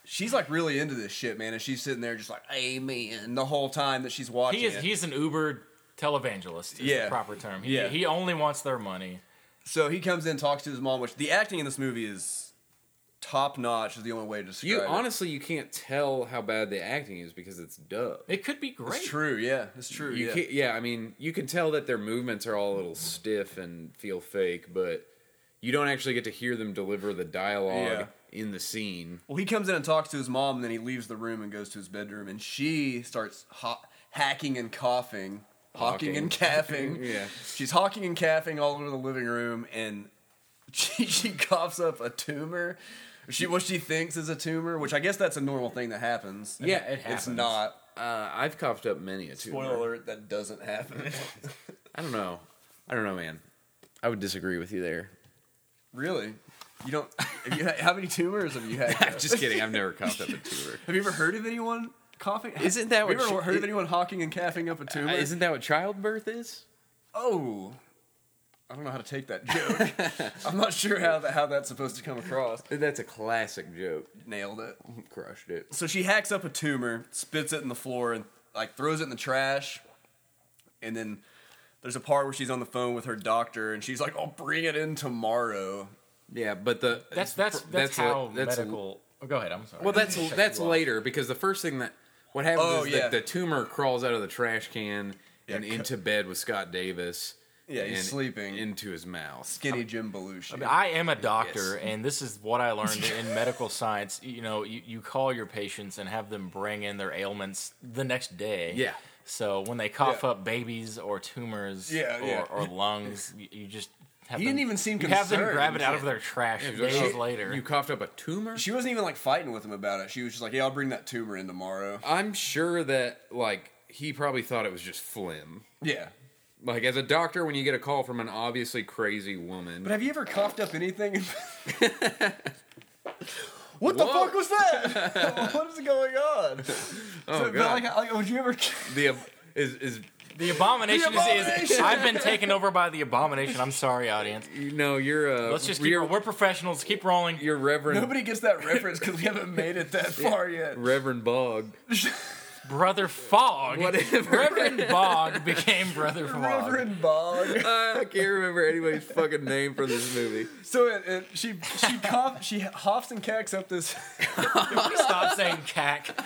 S1: She's like really into this shit, man, and she's sitting there just like, "Amen," the whole time that she's watching.
S2: He is.
S1: it.
S2: He's an Uber televangelist. Is
S1: Yeah.
S2: the proper term. He,
S1: Yeah.
S2: he only wants their money.
S1: So he comes in, talks to his mom, which the acting in this movie is top notch is the only way to describe
S3: You
S1: it.
S3: honestly, you can't tell how bad the acting is because it's dubbed.
S2: It could be great.
S1: It's true, yeah. It's true.
S3: You
S1: yeah.
S3: can't, yeah, I mean, you can tell that their movements are all a little stiff and feel fake, but you don't actually get to hear them deliver the dialogue in the scene.
S1: Well, he comes in and talks to his mom, and then he leaves the room and goes to his bedroom, and she starts ho- hacking and coughing, hawking,
S3: Hawking.
S1: and caffing.
S3: Yeah.
S1: she's hawking and caffing all over the living room, and she, she coughs up a tumor. She what she thinks is a tumor, which I guess that's a normal thing that happens.
S3: Yeah, it
S1: it's
S2: happens.
S1: not.
S3: Uh, I've coughed up many a tumor.
S1: Spoiler alert: that doesn't happen.
S3: I don't know. I don't know, man. I would disagree with you there.
S1: really, you don't. Have you had, how many tumors have you had?
S3: Just kidding. I've never coughed up a tumor.
S1: have you ever heard of anyone coughing?
S3: Isn't that
S1: Have you
S3: what
S1: ever
S3: she-
S1: heard of anyone hawking and caffing up a tumor?
S3: Isn't that what childbirth is?
S1: Oh, I don't know how to take that joke. I'm not sure how that, how that's supposed to come across.
S3: That's a classic joke.
S1: Nailed it.
S3: Crushed it.
S1: So she hacks up a tumor, spits it in the floor, and like throws it in the trash. And then there's a part where she's on the phone with her doctor, and she's like, "I'll bring it in tomorrow."
S3: Yeah, but the
S2: That's that's that's,
S3: a-
S2: how
S3: that's a-
S2: medical. oh, go ahead. I'm sorry.
S3: Well, that's
S2: I cut
S3: that's
S2: you off.
S3: later because the first thing that what happens
S1: Oh,
S3: is
S1: yeah.
S3: that the tumor crawls out of the trash can
S1: Yeah,
S3: and
S1: co-
S3: into bed with Scott Davis.
S1: Yeah, he's
S3: and
S1: sleeping.
S3: into his mouth.
S1: Skinny Jim Belushi.
S2: I mean, I am a doctor, and this is what I learned in medical science. You know, you, you call your patients and have them bring in their ailments the next day.
S3: Yeah.
S2: So when they cough
S1: Yeah.
S2: up babies or tumors
S1: Yeah,
S2: or,
S1: yeah.
S2: or lungs, you, you just have
S1: You
S2: them,
S1: didn't even seem
S2: you have them
S1: concerned.
S2: grab it out of their trash days later.
S3: you coughed up a tumor.
S1: she wasn't even like fighting with him about it. She was just like, "Yeah, I'll bring that tumor in tomorrow."
S3: I'm sure that like he probably thought it was just phlegm.
S1: Yeah.
S3: Like as a doctor, when you get a call from an obviously crazy woman,
S1: But have you ever coughed up anything? what the
S3: Whoa.
S1: fuck was that? what is going on?
S3: oh
S1: But- but
S3: god,
S1: like, I- like, would you ever?
S3: the ab- is is
S2: the abomination,
S1: The
S2: Is, is
S1: abomination!
S2: I've been taken over by the abomination. I'm sorry, audience.
S3: you know you're uh,
S2: Let's just keep
S3: you're,
S2: we're professionals. Keep rolling.
S3: you're Reverend
S1: Nobody gets that reference because we haven't made it that far yet.
S3: Reverend Bog.
S2: Brother Fogg.
S3: Whatever.
S2: Reverend Bog became Brother Fogg.
S1: Reverend Bog.
S3: I can't remember anybody's fucking name from this movie.
S1: So it, it, she she cough, she huffs and cacks up this.
S2: Stop saying cack.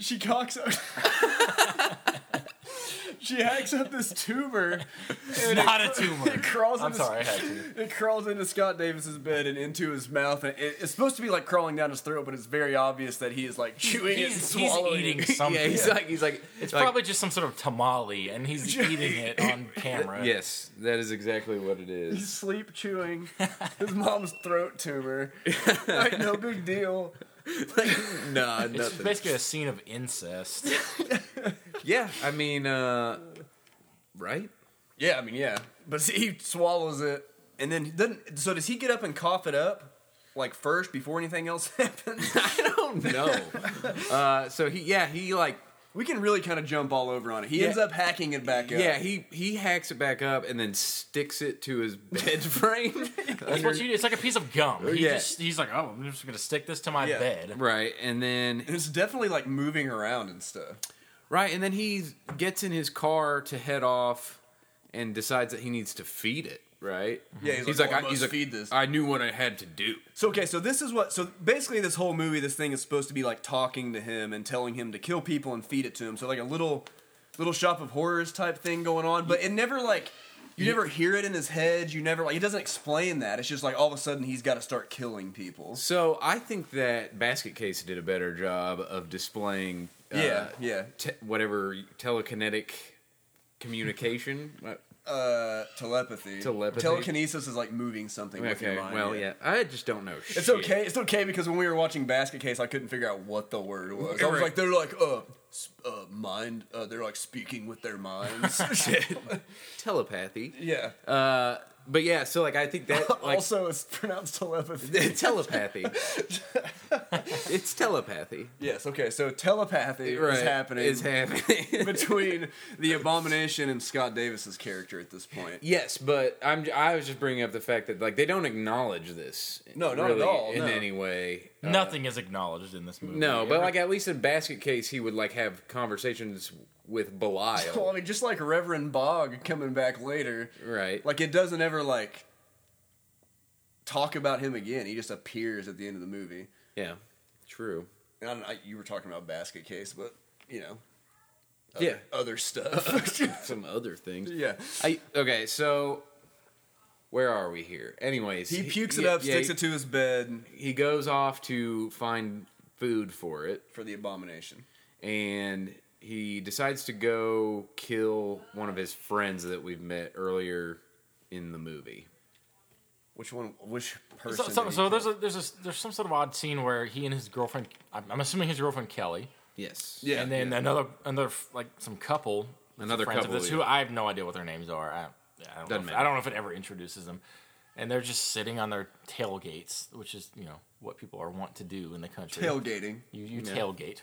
S1: She cocks up. she hacks up this tumor.
S2: It's not a tumor.
S1: It crawls.
S2: I'm
S1: into,
S2: sorry, I had to.
S1: It crawls into Scott Davis's bed and into his mouth, and it, it's supposed to be like crawling down his throat, but it's very obvious that he is like chewing it and
S2: He's, he's
S1: swallowing
S2: eating
S1: it.
S2: something.
S3: Yeah, he's like he's like
S2: it's
S3: like-
S2: probably just some sort of tamale, and he's eating it on camera.
S3: yes, that is exactly what it
S1: He's
S3: is.
S1: sleep chewing his mom's throat tumor. like no big deal.
S3: nah,
S2: It's just
S3: nothing.
S2: basically a scene of incest.
S3: Yeah, I mean, uh, right?
S1: Yeah, I mean, yeah. But see, he swallows it, and then doesn't. So does he get up and cough it up, like first before anything else happens?
S3: I don't know. uh, so he, yeah, he like,
S1: we can really kind of jump all over on it. He
S3: Yeah.
S1: ends up hacking it back up.
S3: yeah, he he hacks it back up and then sticks it to his bed frame,
S2: That's what you do. It's like a piece of gum. He
S3: Yeah.
S2: just, he's like, oh, I'm just going to stick this to my
S1: Yeah.
S2: bed.
S3: right? And then
S1: And it's definitely like moving around and stuff.
S3: right, and then he gets in his car to head off, and decides that he needs to feed it. Right?
S1: Yeah, he's like, "Oh, I must feed this."
S3: I knew what I had to do.
S1: So okay, so this is what. So basically, this whole movie, this thing is supposed to be like talking to him and telling him to kill people and feed it to him. So like a little, little shop of horrors type thing going on, but it never like. You never hear it in his head. You never like. He doesn't explain that. It's just like all of a sudden he's got to start killing people.
S3: So I think that Basket Case did a better job of displaying, uh,
S1: Yeah, yeah.
S3: te- whatever telekinetic communication. Uh,
S1: Uh, telepathy.
S3: Telepathy?
S1: Telekinesis is like moving something. With
S3: okay,
S1: your mind,
S3: well, yeah. I just don't know.
S1: It's okay. It's okay because when we were watching Basket Case, I couldn't figure out what the word was. I was
S3: Right.
S1: like, they're like, uh, s- uh, mind. Uh, they're like speaking with their minds.
S3: telepathy.
S1: yeah.
S3: Uh, but yeah, so like I think that like
S1: also, it's pronounced telepathy.
S3: telepathy. it's telepathy.
S1: yes. Okay. So telepathy is happening
S3: It's happening.
S1: between the abomination and Scott Davis's character at this point.
S3: Yes, but I'm j- I was just bringing up the fact that like they don't acknowledge this.
S1: No, not at
S3: really
S1: all,
S3: in
S1: no.
S3: any way. Uh,
S2: Nothing is acknowledged in this movie.
S3: No, but like at least in basket case, he would like have conversations with
S1: Well, I
S3: Belial,
S1: mean, just like Reverend Bog coming back later,
S3: right?
S1: like it doesn't ever like talk about him again. He just appears at the end of the movie.
S3: Yeah, true.
S1: And I, don't- I, you were talking about Basket Case, but you know,
S3: Yeah,
S1: other stuff.
S3: some other things.
S1: yeah,
S3: I okay, so where are we here? Anyways,
S1: he pukes it
S3: yeah,
S1: up,
S3: yeah,
S1: sticks
S3: he-
S1: it to his bed
S3: He goes off to find food for it,
S1: for the abomination.
S3: and he decides to go kill one of his friends that we've met earlier in the movie.
S1: Which one? Which person?
S2: So,
S1: did
S2: so,
S1: he
S2: so there's
S1: kill?
S2: a there's a there's some sort of odd scene where he and his girlfriend. I'm, I'm assuming his girlfriend Kelly.
S3: Yes.
S1: Yeah.
S2: and then another another like some couple,
S3: Another
S2: friends
S3: couple,
S2: of this
S3: yeah.
S2: who I have no idea what their names are. I, I don't know
S3: Doesn't
S2: if,
S3: matter.
S2: I don't know if it ever introduces them, and they're just sitting on their tailgates, which is you know what people are wont to do in the country.
S1: tailgating.
S2: you you
S3: Yeah.
S2: tailgate,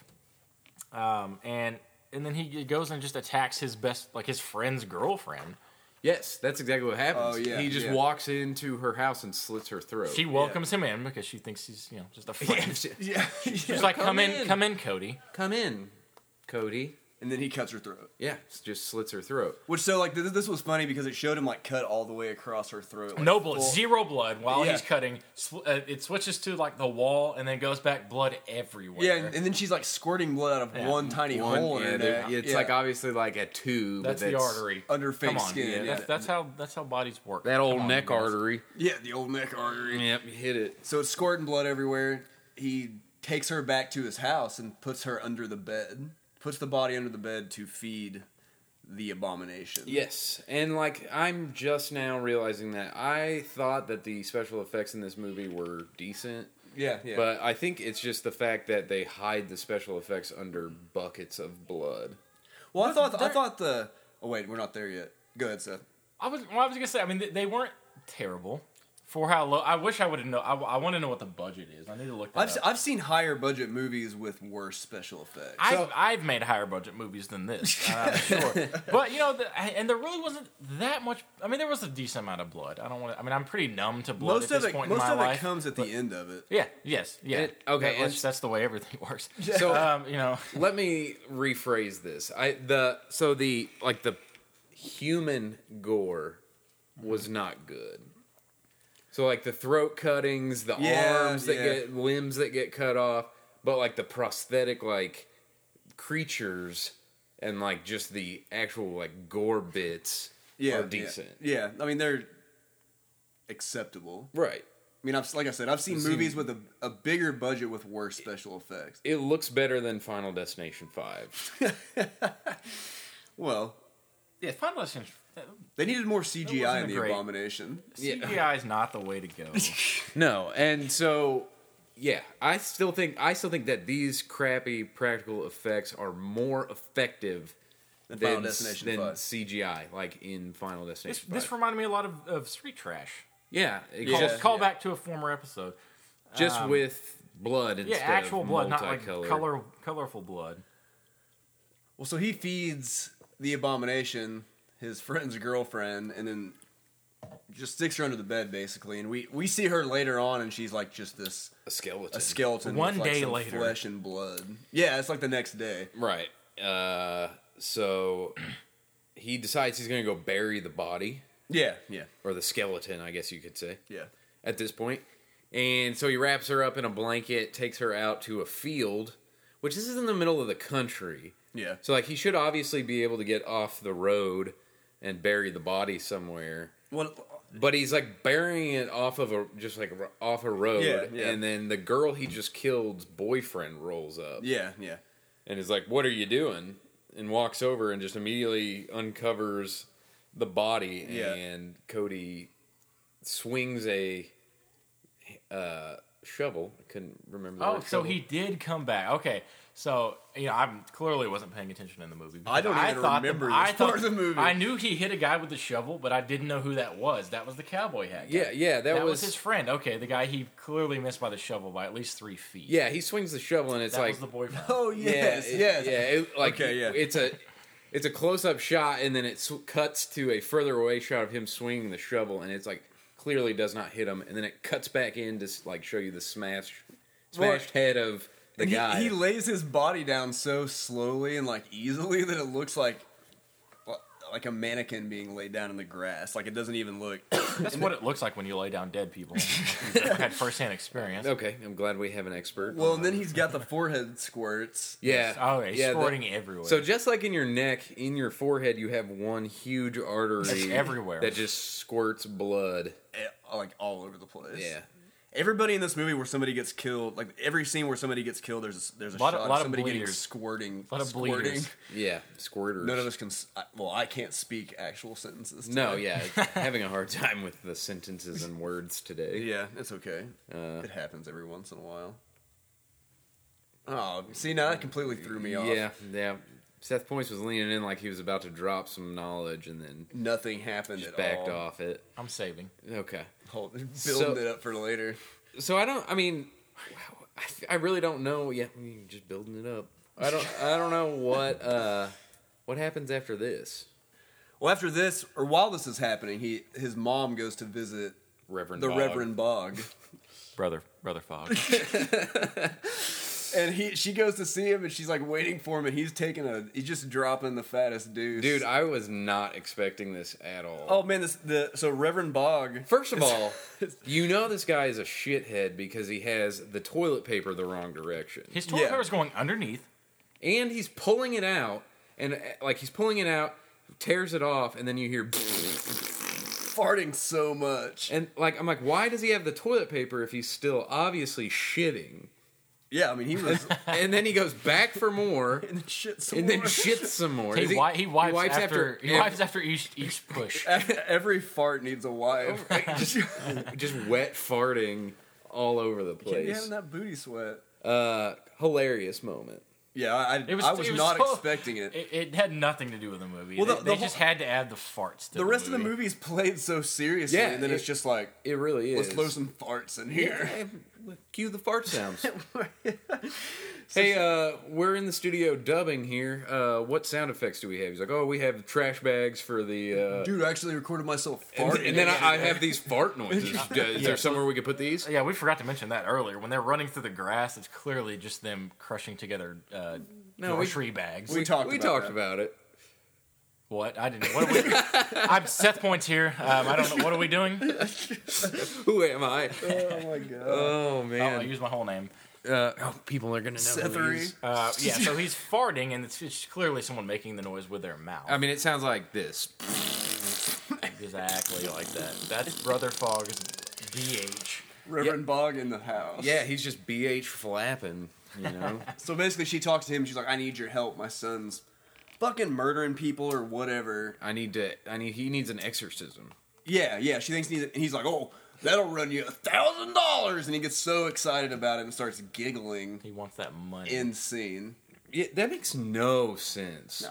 S2: um, and and then he goes and just attacks his best like his friend's girlfriend.
S3: Yes, that's exactly what happens.
S1: Oh, yeah,
S3: He just
S1: yeah.
S3: walks into her house and slits her throat.
S2: She welcomes him in because she thinks he's you know just a friend. She's
S1: Yeah.
S2: like, come,
S3: "Come
S2: in,
S3: in."
S2: come in, Cody.
S3: Come in, Cody.
S1: and then he cuts her throat.
S3: Yeah, just slits her throat.
S1: Which so like th- this was funny because it showed him like cut all the way across her throat. Like,
S2: no blood,
S1: full-
S2: zero blood. While
S1: Yeah.
S2: he's cutting, sw- uh, it switches to like the wall and then goes back blood everywhere.
S1: Yeah, and, and then she's like squirting blood out of
S2: Yeah.
S1: one tiny hole in
S3: yeah,
S1: her neck.
S3: It's
S1: Yeah.
S3: like obviously like a tube.
S2: that's, the artery.
S1: under fake
S2: Come on,
S1: skin.
S2: dude.
S1: yeah.
S2: That's, that's how that's how bodies work.
S3: That old
S2: Come on,
S3: neck
S2: guys.
S3: artery.
S1: Yeah, the old neck artery.
S3: Yep, you hit it.
S1: So it's squirting blood everywhere. He takes her back to his house and puts her under the bed. Puts the body under the bed to feed the abomination.
S3: Yes, and like I'm just now realizing that I thought that the special effects in this movie were decent,
S1: yeah, yeah.
S3: but I think it's just the fact that they hide the special effects under buckets of blood.
S1: well, I thought I
S2: There-
S1: thought the. Oh wait, we're not there yet. Go ahead, Seth.
S2: I was well, I was gonna say. I mean, they, they weren't terrible for how low. I wish I would have known. I, want to know what the budget is. I need to look that
S1: I've
S2: up.
S1: se- I've seen higher budget movies with worse special effects.
S2: I've,
S3: So-
S2: I've made higher budget movies than this, I'm sure. But you know, the, and there really wasn't that much. I mean, there was a decent amount of blood. I don't want to. I mean, I'm pretty numb to blood
S1: most
S2: at
S1: of
S2: this
S1: it
S2: point
S1: most
S2: in my
S1: of
S2: life.
S1: it comes at the end of it.
S2: yeah. Yes. Yeah.
S3: It- okay,
S2: That- that's,
S3: and-
S2: that's the way everything works.
S3: So-
S2: So um, you know,
S3: Let me rephrase this. I the so the like the human gore was
S1: Mm-hmm.
S3: not good. So like the throat cuttings, the
S1: Yeah,
S3: arms that
S1: yeah.
S3: get limbs that get cut off, but like the prosthetic like creatures and like just the actual like gore bits
S1: Yeah,
S3: are
S1: yeah.
S3: decent.
S1: Yeah. I mean they're acceptable.
S3: Right.
S1: I mean, I've like I said, I've seen
S3: You've seen-
S1: movies with a, a bigger budget with worse special effects.
S3: It looks better than Final Destination 5.
S1: Well,
S2: yeah, Final Destination.
S1: they needed more CGI in
S2: wasn't a
S1: the
S2: great-
S1: abomination.
S3: Yeah.
S2: CGI is not the way to go.
S3: No, and so yeah, I still think I still think that these crappy practical effects are more effective than,
S1: Final Destination
S3: than
S1: 5.
S3: CGI, like in Final
S2: this,
S3: Destination.
S2: this
S3: 5.
S2: reminded me a lot of, of Street Trash.
S3: yeah,
S2: Call,
S3: exactly.
S2: call back to a former episode.
S3: just
S2: um,
S3: with blood instead
S2: Yeah, actual
S3: of
S2: blood, not like
S3: multicolored.
S2: color, colorful blood.
S1: Well, so he feeds the abomination his friend's girlfriend, and then just sticks her under the bed basically. And we we see her later on, and she's like just this
S3: a skeleton.
S1: a skeleton.
S2: One
S1: with, like,
S2: day
S1: some
S2: later.
S1: flesh and blood. Yeah, it's like the next day.
S3: right. Uh, so he decides he's going to go bury the body
S1: Yeah, yeah,
S3: or the skeleton, I guess you could say.
S1: yeah.
S3: at this point. And so he wraps her up in a blanket, takes her out to a field, which this is in the middle of the country.
S1: Yeah.
S3: So like he should obviously be able to get off the road and bury the body somewhere.
S1: Well,
S3: But he's like burying it off of a just like r- off a road
S1: Yeah, yeah.
S3: and then the girl he just killed's boyfriend rolls up
S1: yeah, yeah.
S3: and is like, "What are you doing?" and walks over and just immediately uncovers the body
S1: Yeah.
S3: and Cody swings a uh, shovel. I couldn't remember. The
S2: Oh,
S3: word
S2: so
S3: shovel.
S2: he did come back. Okay, so you know, I clearly wasn't paying attention in the movie.
S1: I don't
S2: because
S1: even
S2: thought
S1: remember
S2: I
S1: this part
S2: thought-
S1: of the movie.
S2: I knew he hit a guy with the shovel, but I didn't know who that was. That was the cowboy hat. guy.
S3: Yeah, yeah, that,
S2: that, was,
S3: was,
S2: his friend. Okay, the guy he clearly missed by the shovel by at least three feet.
S3: Yeah, he swings the shovel and it's
S2: that
S3: like,
S2: was the boyfriend.
S1: Oh
S3: yeah,
S1: yes,
S3: it-
S1: yes.
S3: yeah. It, like,
S1: Okay, yeah.
S3: it's a. It's a close-up shot, and then it sw- cuts to a further away shot of him swinging the shovel, and it's like clearly does not hit him. And then it cuts back in to s- like show you the smash,
S1: Well,
S3: smashed head of the
S1: And he-
S3: guy.
S1: He, lays his body down so slowly and like easily that it looks like like a mannequin being laid down in the grass. Like it doesn't even look.
S2: That's what it looks like when you lay down dead people. I had firsthand experience.
S3: Okay, I'm glad we have an expert.
S1: Well, and then he's got the forehead squirts.
S3: yeah.
S2: Oh, yeah, he's
S3: the-
S2: squirting everywhere.
S3: So just like in your neck, in your forehead, you have one huge artery
S2: That's everywhere.
S3: that just squirts blood.
S1: eh, Like all over the place.
S3: Yeah.
S1: Everybody in this movie where somebody gets killed, like every scene where somebody gets killed, there's there's a,
S2: Lot of-
S1: shot of,
S2: lot of
S1: somebody getting
S2: bleeders.
S1: squirting.
S2: Lot of
S1: squirting.
S2: bleeders.
S3: Yeah. Squirters.
S1: None of us can. s- I- Well, I can't speak actual sentences.
S3: No,
S1: today.
S3: yeah, having a hard time with the sentences and words today.
S1: Yeah, it's okay.
S3: Uh,
S1: It happens every once in a while. Oh, see, now that completely threw me off.
S3: yeah, yeah. Seth Points was leaning in like he was about to drop some knowledge, and then
S1: Nothing happened
S3: just
S1: at
S3: backed
S1: all.
S3: off it.
S2: I'm saving.
S3: Okay.
S1: Hold, building
S3: So-
S1: it up for later.
S3: So I don't. I mean, wow, I, th- I really don't know. Yeah, I mean, just building it up. I don't. I don't know what uh what happens after this.
S1: Well, after this, or while this is happening, he his mom goes to visit
S3: Reverend
S1: the
S3: Bog.
S1: Reverend Bog,
S2: Brother, brother Fogg.
S1: and he she goes to see him, and she's like waiting for him, and he's taking a he's just dropping the fattest deuce.
S3: Dude, I was not expecting this at all.
S1: oh man, this the so Reverend Bog.
S3: First of all, you know this guy is a shithead because he has the toilet paper the wrong direction.
S2: His toilet
S1: Yeah.
S2: paper's going underneath.
S3: and he's pulling it out and uh, like he's pulling it out tears it off and then you hear
S1: farting so much.
S3: and like i'm like why does he have the toilet paper if he's still obviously shitting
S1: Yeah, I mean he was
S3: and then he goes back for more
S1: and then shit some
S3: and then
S1: more.
S3: shits some more
S2: He,
S3: Does
S2: wi- he wipes, after, he
S3: ev-
S2: wipes after each each push.
S1: Every fart needs a wife.
S3: just, just wet farting all over the
S1: Can you have
S3: place
S1: that booty sweat?
S3: uh hilarious moment
S1: Yeah, I, I
S2: It was-
S1: was, I was
S2: it was
S1: not
S2: so-
S1: expecting it.
S2: It, it had nothing to do with the movie.
S1: Well,
S2: Well,
S1: the-
S2: they,
S1: the
S2: they
S1: whole-
S2: just had to add the farts. To
S1: the rest of the movie is played so seriously,
S3: Yeah,
S1: and then it's
S3: it-
S1: just like,
S3: it really is
S1: let's throw some farts in here.
S3: Yeah, cue the fart sounds. hey, uh, we're in the studio dubbing here. Uh, what sound effects do we have? He's like, oh, we have trash bags for the. Uh,
S1: Dude, I actually recorded myself
S3: and,
S1: farting.
S3: and then I, I have these fart noises. Uh, Is
S2: Yeah.
S3: there somewhere we could put these?
S2: Yeah, we forgot to mention that earlier. When they're running through the grass, it's clearly just them crushing together uh,
S3: No, we-
S2: grocery bags.
S1: we talked
S3: We
S1: about
S3: talked
S1: that.
S3: about it.
S2: what? I didn't. What are we? I'm Seth Points here. Um, I don't know. What are we doing?
S3: Who am I?
S1: oh my god.
S3: Oh
S2: I'll, I'll
S3: man.
S2: use my whole name.
S3: Uh, oh, people are gonna know. who
S1: Sethery.
S3: he is.
S2: Uh, yeah, so he's farting, and it's, it's clearly someone making the noise with their mouth.
S3: I mean, it sounds like this.
S2: exactly like that. That's Brother Fogg's BH.
S1: Reverend Bog in the house.
S3: Yeah, he's just bh flapping. You know.
S1: So basically, she talks to him. She's like, I need your help. My son's fucking murdering people or whatever.
S3: I need to. I need. He needs an exorcism.
S1: Yeah, yeah. She thinks he needs it. And he's like, oh, that'll run you a thousand dollars. And he gets so excited about it and starts giggling
S2: He wants that money.
S1: in scene.
S3: Yeah, that makes no sense.
S1: No.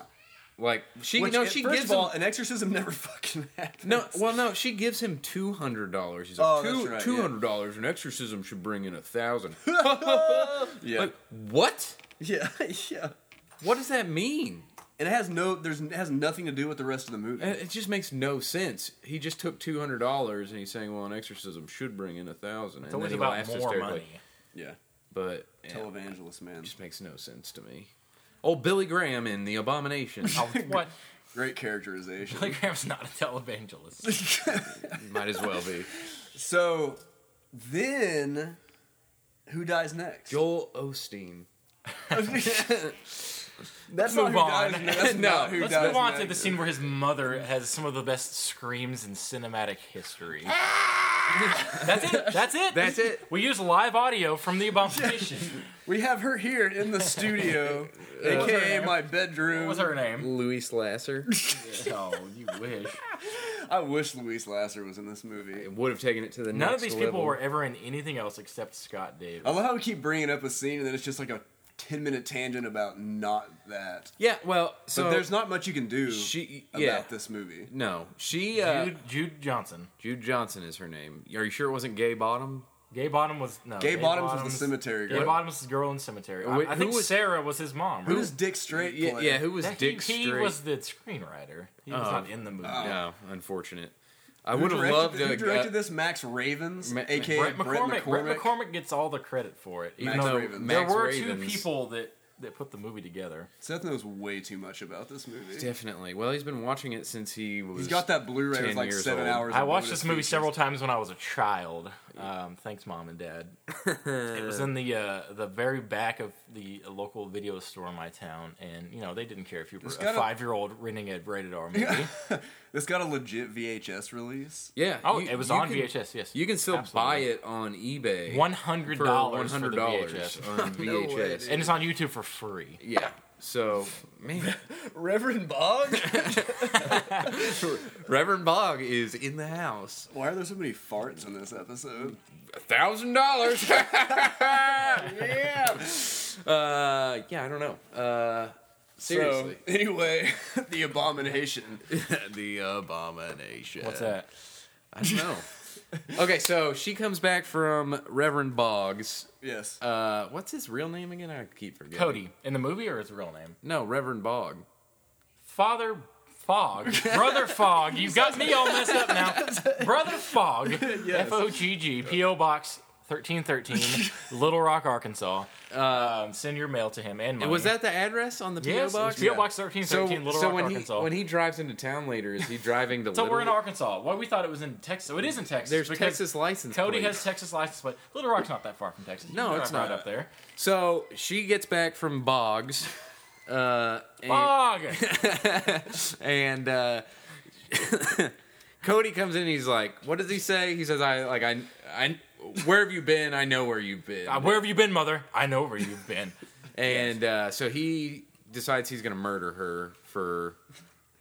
S3: Like she
S1: Which,
S3: no
S1: at-
S3: she
S1: first
S3: gives
S1: of all,
S3: him
S1: an exorcism never fucking happens.
S3: no well no she gives him two hundred dollars. He's
S1: Oh,
S3: like
S1: that's
S3: two
S1: right,
S3: two hundred dollars. An exorcism should bring in a thousand.
S1: yeah,
S3: Like what?
S1: yeah, yeah.
S3: What does that mean?
S1: And it has no, there's it has nothing to do with the rest of the movie.
S3: And It just makes no sense. He just took two hundred dollars and he's saying, "Well, an exorcism should bring in a thousand.
S2: it's
S3: And then
S2: always
S3: he
S2: about
S3: laughs
S2: more
S3: hysterically.
S2: money.
S1: yeah,
S3: But yeah, it
S1: televangelist man,
S3: just makes no sense to me. Oh, Billy Graham in The Abomination
S2: Oh, what?
S1: great characterization.
S2: Billy Graham's not a televangelist.
S3: might as well be
S1: so then, who dies next?
S3: Joel Osteen.
S1: That's not
S2: Move
S1: who
S2: on.
S1: dies next. That's
S3: No,
S1: not who
S2: Let's
S1: dies
S2: move on to
S1: next.
S2: the scene where his mother has some of the best screams in cinematic history. That's it. That's it.
S3: Ah! That's it.
S2: We use live audio from the abomination.
S1: We have her here in the studio, aka my bedroom.
S2: What was her name?
S3: Louis Lasser.
S2: oh, you wish.
S1: I wish Luis Lasser was in this movie.
S3: It would have taken it to the next
S2: None of these people
S3: level.
S2: were ever in anything else except Scott Davis.
S1: I love how we keep bringing up a scene and then it's just like a ten minute tangent about not that.
S3: Yeah, well,
S1: So
S3: so
S1: there's not much you can do
S3: she.
S1: about
S3: Yeah,
S1: this movie.
S3: no, she. Uh, Jude,
S2: Jude, Jude Johnson.
S3: Johnson is her name. Are you sure it wasn't Gay Bottom?
S2: Gay Bottom was no.
S1: Gay, Bottoms, is the cemetery
S2: Gay
S1: girl.
S2: Bottom was the girl in cemetery. I,
S3: Wait,
S2: I
S3: who
S2: think
S3: was-
S2: Sarah was his mom.
S1: Who
S2: right?
S1: does Dick Straight
S3: Yeah,
S1: play?
S3: yeah. Who was
S2: That- he-
S3: Dick
S2: he,
S3: Straight?
S2: was the screenwriter. He was
S3: Oh.
S2: not in the movie.
S3: no, unfortunate. I would
S1: Who
S3: have
S1: directed-
S3: loved to.
S1: Who
S3: have
S1: directed
S3: got-
S1: this? Max Ravens,
S3: Ma-
S1: aka
S2: Brett
S1: Brett
S2: McCormick. Brett
S1: McCormick.
S2: McCormick gets all the credit for it. even
S1: Max
S2: though
S1: Ravens.
S2: There
S3: Max
S2: were
S3: Ravens.
S2: two people that that put the movie together.
S1: Seth knows way too much about this movie.
S3: Definitely. Well, he's been watching it since he was.
S1: He's got that Blu-ray
S3: 10
S1: with like
S3: years
S1: seven
S3: old.
S1: hours.
S2: I
S1: of
S2: watched
S1: bonus
S2: this movie
S1: features.
S2: several times when I was a child. Um, thanks, mom and dad. it was in the uh, the very back of the local video store in my town, and you know they didn't care if you were
S1: It's
S2: a
S1: got a-
S2: five year old renting a rated R movie.
S1: This got a legit VHS release.
S3: Yeah.
S2: Oh,
S3: you-
S2: it was
S3: you
S2: on
S3: can-
S2: VHS. Yes,
S3: You can still buy
S2: Absolutely.
S3: it on eBay.
S2: One hundred
S3: for
S2: dollars for the
S3: $100
S2: VHS,
S3: on VHS.
S2: and it's on YouTube for free.
S3: yeah. So, man,
S5: Reverend Bog?
S3: Reverend Bog is in the house.
S1: Why are there so many farts in this episode?
S3: thousand dollars. Yeah. Uh, yeah, I don't know. Uh, seriously,
S1: So, anyway, the abomination.
S5: the abomination.
S2: What's that?
S3: I don't know. okay, so she comes back from Reverend Boggs.
S1: Yes.
S3: Uh, what's his real name again? I keep forgetting.
S2: Cody in the movie or his real name?
S3: No, Reverend Bog.
S2: Father Fog, Brother Fog. You got me all messed up now. Brother Fog, F O G G, P O Box thirteen thirteen, Little Rock, Arkansas. Um, send your mail to him and money.
S3: Was that the address on the PO
S2: Oh, yes?
S3: box?
S2: PO Box thirteen
S3: So,
S2: thirteen, Little
S3: so
S2: Rock,
S3: when
S2: Arkansas.
S3: he when he drives into town later, is he driving to?
S2: so
S3: Little,
S2: we're in Arkansas. Well, we thought it was in Texas. So it is in Texas.
S3: There's
S2: because
S3: Texas license.
S2: Cody
S3: plates.
S2: has Texas license, but Little Rock's not that far from Texas. You
S3: No,
S2: can
S3: it's
S2: drive
S3: not.
S2: right up there.
S3: So she gets back from Boggs. Uh, and,
S2: Fog.
S3: and uh, Cody comes in. He's like, "What does he say?" He says, "I like I I where have you been? I know where you've been."
S2: Uh, Where have you been, Mother? I know where you've been.
S3: and uh, so he decides he's going to murder her for.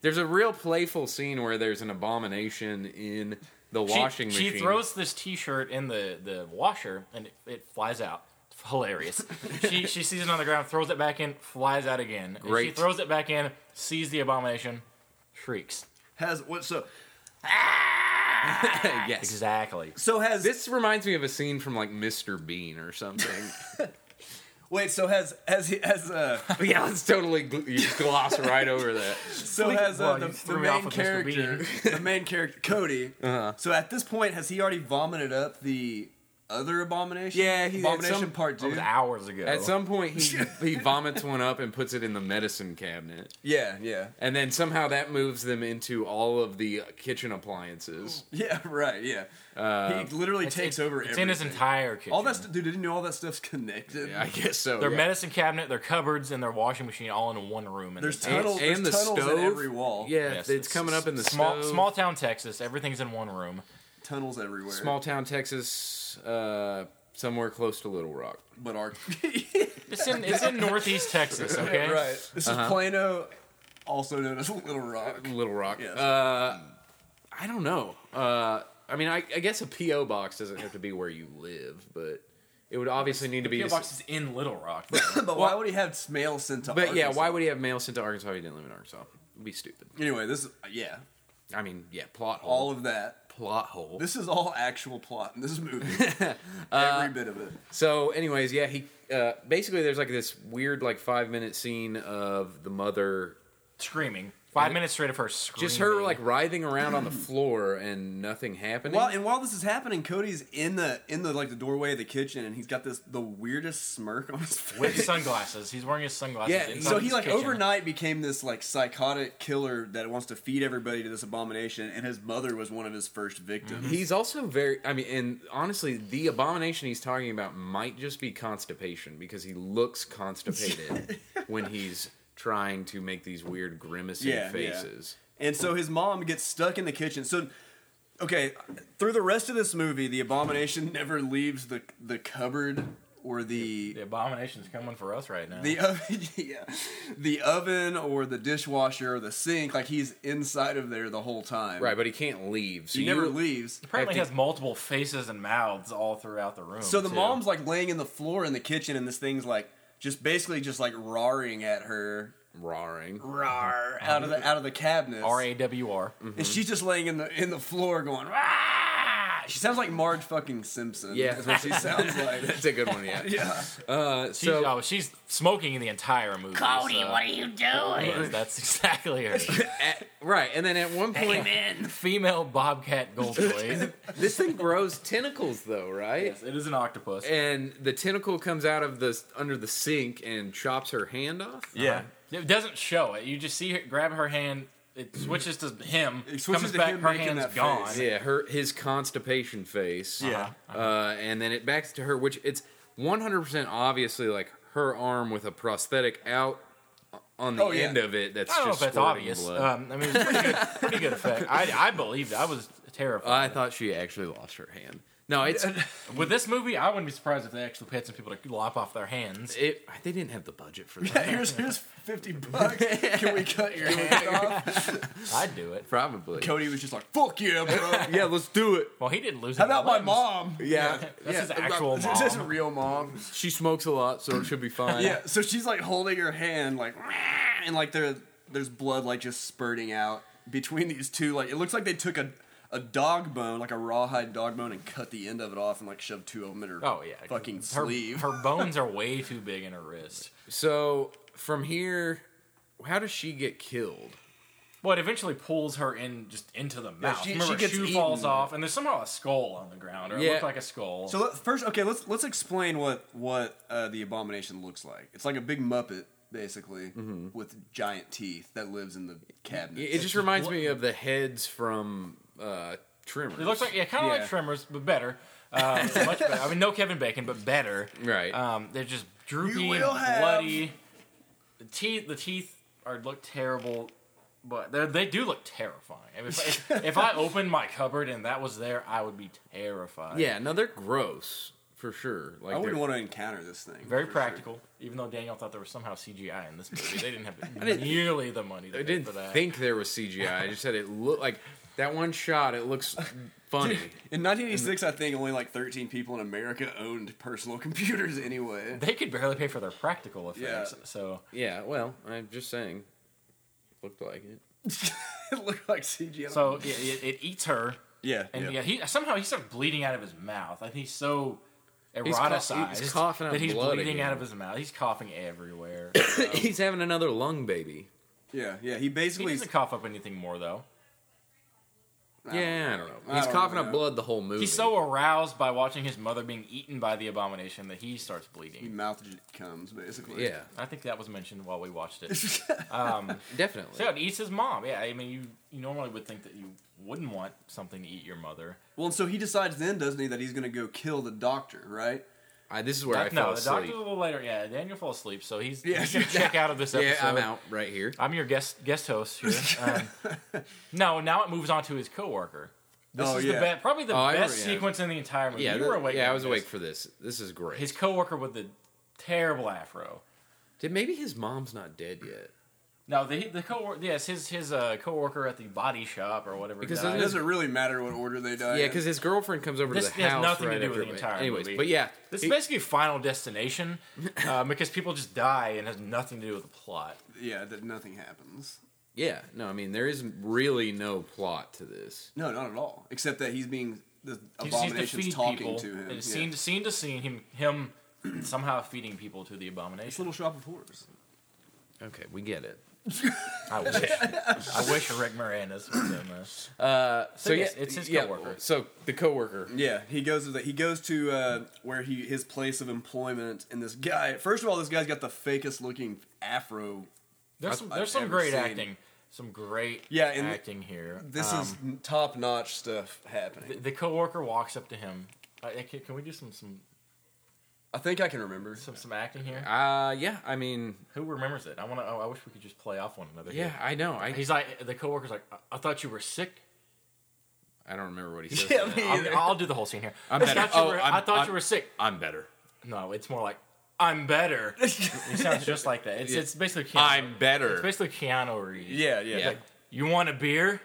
S3: There's a real playful scene where there's an abomination in the
S2: She-
S3: washing
S2: she,
S3: machine.
S2: throws this T-shirt in the, the washer, and it, it flies out. It's hilarious. she she sees it on the ground, throws it back in, flies out again. And She
S3: Great.
S2: throws it back in, sees the abomination, shrieks.
S1: Has what? So
S3: yes.
S2: Exactly.
S1: so has
S3: This reminds me of a scene from like Mr. Bean or something.
S1: wait. So has has he has uh
S2: Oh,
S3: yeah, let's totally gl- you gloss right over that.
S1: so has uh,
S2: well,
S1: the,
S2: you
S1: the
S2: threw me off
S1: main
S2: with Mr. Bean.
S1: character the main character Cody.
S3: Uh-huh.
S1: So at this point, has he already vomited up the other abomination?
S3: Yeah, he- at
S1: abomination
S3: some-
S1: part
S2: It
S1: two.
S2: was hours ago.
S3: At some point, he he vomits one up and puts it in the medicine cabinet,
S1: Yeah, yeah,
S3: and then somehow that moves them into all of the kitchen appliances.
S1: yeah. Right, yeah.
S3: Uh,
S1: he literally
S2: It's-
S1: takes
S2: it's-
S1: over.
S2: It's
S1: everything.
S2: in his entire kitchen.
S1: All that stu- dude. Didn't know all that stuff's connected.
S3: Yeah, I guess so.
S2: their
S3: yeah.
S2: medicine cabinet, their cupboards, and their washing machine all in one room. And
S1: There's
S2: it's-
S1: tunnels.
S3: and
S1: there's
S3: the
S1: tunnels
S3: stove?
S1: in every wall.
S3: Yeah,
S2: yes,
S3: it's coming up in the
S2: small
S3: stove.
S2: small town Texas. Everything's in one room.
S1: Tunnels everywhere.
S3: small town Texas, uh, somewhere close to Little Rock.
S1: but our
S2: It's in it's in northeast Texas. Okay,
S1: right. This is Plano, also known as Little Rock.
S3: Little Rock.
S1: Yes.
S3: Uh, I don't know. Uh, I mean, I, I guess a PO box doesn't have to be where you live, but it would obviously need to be.
S2: PO box is in Little Rock.
S1: but why would he have mail sent to?
S3: but yeah, why
S1: Arkansas?
S3: would he have mail sent to Arkansas if he didn't live in Arkansas? It'd be stupid.
S1: Anyway, this is yeah,
S3: I mean, yeah, plot hole.
S1: all of that.
S3: plot hole.
S1: This is all actual plot in this movie. Every bit of it.
S3: So, anyways, yeah, he uh, basically there's like this weird like five minute scene of the mother
S2: screaming. Five minutes straight of her screaming.
S3: just her like writhing around on the floor and nothing happening.
S1: While and while this is happening, Cody's in the in the like the doorway of the kitchen, and he's got this the weirdest smirk on his
S2: with
S1: face.
S2: sunglasses. He's wearing his sunglasses.
S3: Yeah,
S2: inside
S1: So
S2: his
S1: he like
S2: kitchen.
S1: overnight became this like psychotic killer that wants to feed everybody to this abomination, and his mother was one of his first victims.
S3: Mm-hmm. He's also very. I mean, and honestly, the abomination he's talking about might just be constipation because he looks constipated when he's trying to make these weird grimacing
S1: Yeah, yeah.
S3: faces.
S1: And so his mom gets stuck in the kitchen. So, okay, through the rest of this movie, the abomination never leaves the the cupboard or the
S2: The abomination's coming for us right now.
S1: the oven, yeah, the oven or the dishwasher or the sink. Like he's inside of there the whole time.
S3: Right, but he can't leave. So
S1: He never leaves.
S2: Apparently,
S3: I think-
S2: has multiple faces and mouths all throughout the room.
S1: So the
S2: too.
S1: mom's like laying in the floor in the kitchen, and this thing's like just basically just like roaring at her,
S3: roaring.
S1: roar out of the out of the cabinet,
S2: Mm-hmm. R A W R.
S3: Mm,
S1: and she's just laying in the in the floor going. "Rah!" She sounds like Marge fucking Simpson.
S3: Yeah.
S1: That's what she sounds like.
S3: That's a good one, yeah.
S1: Yeah.
S3: Uh,
S2: She's,
S3: so,
S2: oh, she's smoking the entire movie.
S6: Cody,
S2: so-
S6: what are you doing?
S2: Yes, that's exactly her.
S3: at- right, and then at one point,
S6: Came in.
S2: Female bobcat goldthwait.
S3: this thing grows tentacles, though, right?
S2: yes, it is an octopus.
S3: And the tentacle comes out of the under the sink and chops her hand off.
S1: Yeah.
S2: It doesn't show it. You just see her grab her hand. It switches to him.
S1: It switches
S2: comes
S1: to
S2: back.
S1: him
S2: her
S1: making
S2: hand's
S1: that face.
S2: gone.
S3: Yeah, her his constipation face.
S1: Yeah.
S3: uh, and then it backs to her, which it's 100% obviously like her arm with a prosthetic out uh, on the
S1: Oh, yeah.
S3: end of it. That's
S2: I don't know if
S3: just
S2: that's
S3: squirting
S2: obvious.
S3: blood.
S2: Um, I mean, it's pretty good, pretty good effect. I, I believed. it. I was terrified.
S3: I thought she actually lost her hand. No, it's
S2: With this movie, I wouldn't be surprised if they actually paid some people to lop off their hands.
S3: it. They didn't have the budget for that.
S1: Yeah, here's here's fifty bucks. Can we cut your hand off?
S2: I'd do it.
S3: Probably.
S1: Cody was just like, "Fuck yeah, bro."
S3: Yeah, let's do it.
S2: Well, he didn't lose.
S1: How
S2: any
S1: about my
S2: limbs.
S1: mom?
S3: Yeah,
S2: That's
S3: yeah.
S2: his actual mom.
S1: This is a real mom.
S3: She smokes a lot, so it should be fine.
S1: Yeah. So she's like holding her hand, like, and like there, there's blood like just spurting out between these two. Like it looks like they took a a dog bone, like a rawhide dog bone, and cut the end of it off and like shoved two of them in her.
S2: Oh yeah,
S1: Fucking
S2: her,
S1: sleeve.
S2: Her bones are way too big in her wrist.
S3: So from here, how does she get killed?
S2: Well, it eventually pulls her in just into the mouth.
S1: she-
S2: Remember,
S1: she gets
S2: her shoe
S1: eaten.
S2: falls off, and there's somehow a skull on the ground, or it
S3: Yeah.
S2: looked like a skull.
S1: So let, first, okay, let's let's explain what what uh, the abomination looks like. It's like a big muppet, basically,
S2: Mm-hmm.
S1: with giant teeth that lives in the cabinet.
S3: It it just reminds me of the heads from uh, Tremors.
S2: It looks like yeah, kind of
S1: Yeah.
S2: like Tremors, but better. Uh, much better. I mean, no Kevin Bacon, but better.
S3: Right.
S2: Um, they're just droopy,
S1: You
S2: and
S1: will have-
S2: bloody. The teeth, the teeth are look terrible, but they they do look terrifying. I mean, if, if, if I opened my cupboard and that was there, I would be terrified.
S3: Yeah, no, they're gross for sure. Like
S1: I wouldn't
S3: they're-
S1: want to encounter this thing.
S2: Very
S1: for sure.
S2: practical, even though Daniel thought there was somehow CGI in this movie. They didn't have nearly the money
S3: I
S2: they did
S3: didn't
S2: for that.
S3: think there was CGI. I just said it looked like that one shot. It looks funny.
S1: In 1986, I think only like 13 people in America owned personal computers anyway.
S2: they could barely pay for their practical effects.
S1: Yeah.
S2: So
S3: yeah, well, I'm just saying, looked like it.
S1: it looked like CGI.
S2: so yeah, it, it eats her.
S1: yeah,
S2: And
S1: yeah.
S2: yeah, he somehow he starts bleeding out of his mouth. I think he's so
S3: cough-
S2: eroticized
S3: he's coughing out
S2: that he's
S3: blood
S2: bleeding
S3: again.
S2: out of his mouth. He's coughing everywhere.
S3: He's having another lung baby.
S1: yeah, yeah, He
S2: he
S1: basically
S2: doesn't cough up anything more though.
S3: Yeah, I don't know.
S1: I
S3: He's
S1: don't
S3: coughing
S1: know.
S3: up blood the whole movie.
S2: He's so aroused by watching his mother being eaten by the abomination that he starts
S1: he
S2: bleeding.
S1: mouthed it comes basically.
S3: yeah,
S2: I think that was mentioned while we watched it. Um,
S3: definitely.
S2: so yeah, it eats his mom. Yeah, I mean, you you normally would think that you wouldn't want something to eat your mother.
S1: Well, and so he decides then, doesn't he, that he's gonna go kill the doctor, right?
S3: I, this is where I
S2: Doc- no,
S3: fell
S2: the doctor's
S3: asleep.
S2: a little later. Yeah, Daniel falls asleep, so he's,
S1: Yeah.
S2: he's gonna check out of this episode.
S3: Yeah, I'm out right here.
S2: I'm your guest guest host here. Um, no, now it moves on to his coworker. This
S1: Oh,
S2: is
S1: yeah.
S2: the be- probably the
S3: Oh, I
S2: best
S3: remember, yeah.
S2: sequence in the entire movie.
S3: Yeah,
S2: Oh, you
S3: th-
S2: were awake.
S3: yeah, I
S2: for
S3: was
S2: this.
S3: awake for this. This is great.
S2: His coworker with the terrible afro.
S3: Did, maybe his mom's not dead yet.
S2: No, the the coworker. Yes, his his uh, coworker at the body shop or whatever.
S3: Because
S2: died.
S1: It doesn't really matter what order they die.
S3: Oh, Yeah,
S1: in.
S3: because his girlfriend comes over
S2: This
S3: to the
S2: has
S3: house.
S2: nothing to
S3: right
S2: do with
S3: after
S2: the
S3: it.
S2: entire
S3: Anyways,
S2: movie.
S3: but yeah,
S2: this
S3: he-
S2: is basically Final Destination, uh, because people just die and has nothing to do with the plot.
S1: yeah, that nothing happens.
S3: yeah. No, I mean there is really no plot to this.
S1: No, not at all. Except that he's being the
S2: You just need to
S1: abomination's
S2: feed
S1: talking
S2: people.
S1: to him.
S2: and
S1: Yeah.
S2: Scene to scene to scene, him him somehow feeding people to the abomination.
S1: It's Little Shop of Horrors.
S3: Okay, we get it.
S2: I wish. I wish Rick Moranis was in this.
S3: Uh, so,
S2: So
S3: yeah,
S2: yes, it's his
S3: yeah,
S2: coworker.
S3: So the coworker.
S1: Yeah, he goes to the, he goes to uh, where he his place of employment, and this guy. First of all, this guy's got the fakest looking afro.
S2: There's some,
S1: I've
S2: there's some
S1: ever
S2: great
S1: seen.
S2: acting. Some great
S1: Yeah, and
S2: acting here.
S1: This
S2: Um,
S1: is top notch stuff
S2: the,
S1: happening.
S2: the coworker walks up to him. Uh, can, can we do some some
S1: I think I can remember.
S2: some, some acting here?
S3: Uh, yeah. I mean,
S2: Who remembers it? I want to. Oh, I wish we could just play off one another.
S3: yeah.
S2: here.
S3: I know. I
S2: He's like the coworker's like. I, I thought you were sick.
S3: I don't remember what he says.
S1: Yeah,
S3: to that.
S1: me-
S2: I'll, I'll do the whole scene here.
S3: I'm
S2: I
S3: better.
S2: thought you
S3: Oh,
S2: were, I
S3: I'm-
S2: thought
S3: I'm-
S2: you were sick.
S3: I'm better.
S2: No, it's more like I'm better. it sounds just like that. It's it's basically Keanu,
S3: I'm better.
S2: It's basically Keanu Reeves.
S1: Yeah, yeah.
S3: yeah.
S2: You want a beer?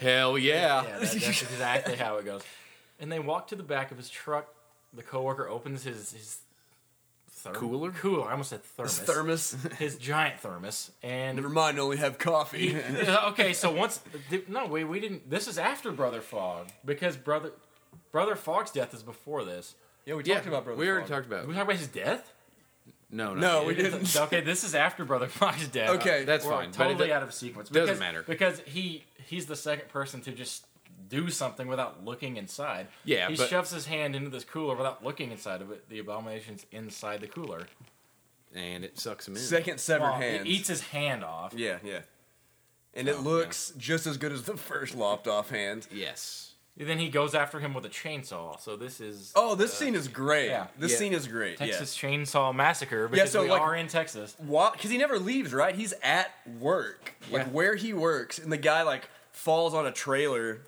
S3: Hell yeah.
S2: Yeah, that, that's exactly how it goes. And they walk to the back of his truck. The coworker opens his his therm-
S3: Cooler?
S2: Cooler. I almost said thermos. His,
S1: Thermos.
S2: giant thermos. And
S1: Never mind, I only have coffee.
S2: okay, so once no, wait, we didn't. This is after Brother Fog because brother Brother Fogg's death is before this.
S4: Yeah, we
S3: Yeah,
S4: talked about Brother
S3: we already
S4: Fogg.
S3: talked
S2: Did
S3: about.
S2: we talk about his death?
S3: No, no,
S1: No, we
S3: It
S1: didn't.
S2: okay, this is after Brother Fogg's death.
S1: Okay,
S3: That's
S2: We're
S3: fine. but it
S2: Totally
S3: does-
S2: out of sequence.
S3: doesn't
S2: Because-
S3: matter.
S2: because he he's the second person to just do something without looking inside.
S3: Yeah,
S2: he
S3: but-
S2: shoves his hand into this cooler without looking inside of it. The abomination's inside the cooler.
S3: and it sucks him in.
S1: Second severed
S2: Well,
S1: hand.
S2: He eats his hand off.
S1: yeah, yeah. And
S3: Oh,
S1: it looks just as good as the first lopped off hand.
S3: Yes.
S2: And then he goes after him with a chainsaw. So this is
S1: Oh, this scene is great.
S2: yeah.
S1: This
S3: Yeah.
S1: scene is great. Yeah.
S2: Texas Chainsaw Massacre because
S1: so,
S2: we
S1: like-
S2: are in Texas.
S1: because he never leaves, right? He's at work, like
S2: Yeah.
S1: where he works, and the guy like falls on a trailer,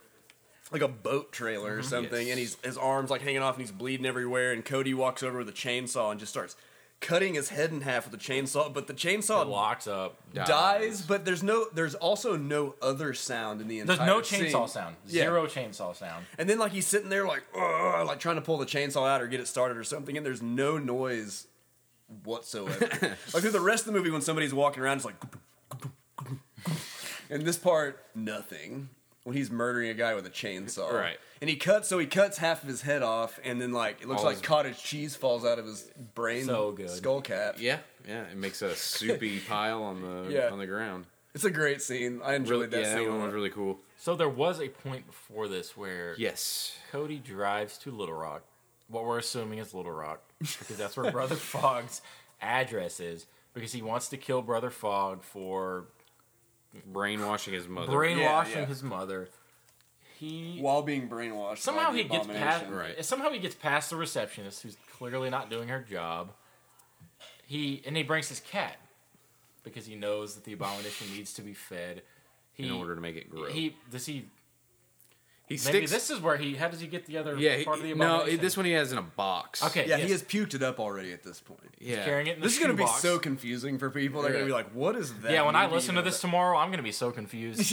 S1: like a boat trailer
S2: Mm-hmm.
S1: or something, and he's his arms like hanging off, and he's bleeding everywhere. And Cody walks over with a chainsaw and just starts cutting his head in half with a chainsaw, but the chainsaw
S2: Locks up.
S3: dies.
S1: dies. But there's no, there's also no other sound in the entire.
S2: There's no
S1: scene.
S2: chainsaw sound.
S1: Yeah.
S2: Zero chainsaw sound.
S1: And then like he's sitting there like, "Ugh," like trying to pull the chainsaw out or get it started or something, and there's no noise whatsoever. like through the rest of the movie, when somebody's walking around, it's like, and this part, nothing. When he's murdering a guy with a chainsaw,
S3: Right.
S1: And he cuts, so he cuts half of his head off, and then like it looks
S3: All
S1: like
S3: his-
S1: cottage cheese falls out of his brain
S2: So good.
S1: skull cap.
S3: Yeah, yeah. It makes a soupy pile on the
S1: Yeah.
S3: on the ground.
S1: It's a great scene. I enjoyed
S3: Really,
S1: that
S3: yeah,
S1: scene.
S3: that
S1: a
S3: one
S1: lot.
S3: was really cool.
S2: So there was a point before this where
S3: Yes.
S2: Cody drives to Little Rock. What we're assuming is Little Rock because that's where Brother Fogg's address is because he wants to kill Brother Fogg for
S3: Brainwashing his mother.
S2: brainwashing
S1: yeah.
S2: his mother. He
S1: while being brainwashed.
S2: somehow
S1: by the
S2: he gets past
S1: abomination.
S3: Right.
S2: somehow he gets past the receptionist who's clearly not doing her job he and he brings his cat because he knows that the abomination needs to be fed he,
S3: in order to make it grow.
S2: he does he
S3: he
S2: maybe this is where he how does he get the other
S3: yeah. he-
S2: part of the
S3: no,
S2: abomination
S3: this one he has in a box.
S2: okay
S1: Yeah,
S2: yes.
S1: he has puked it up already at this point.
S3: Yeah.
S2: carrying it in the
S1: This is going to be
S2: shoebox.
S1: so confusing for people. They're going to be like, "What is that?"
S2: yeah when i
S1: movie
S2: listen to
S1: about?"
S2: this tomorrow i'm gonna be so confused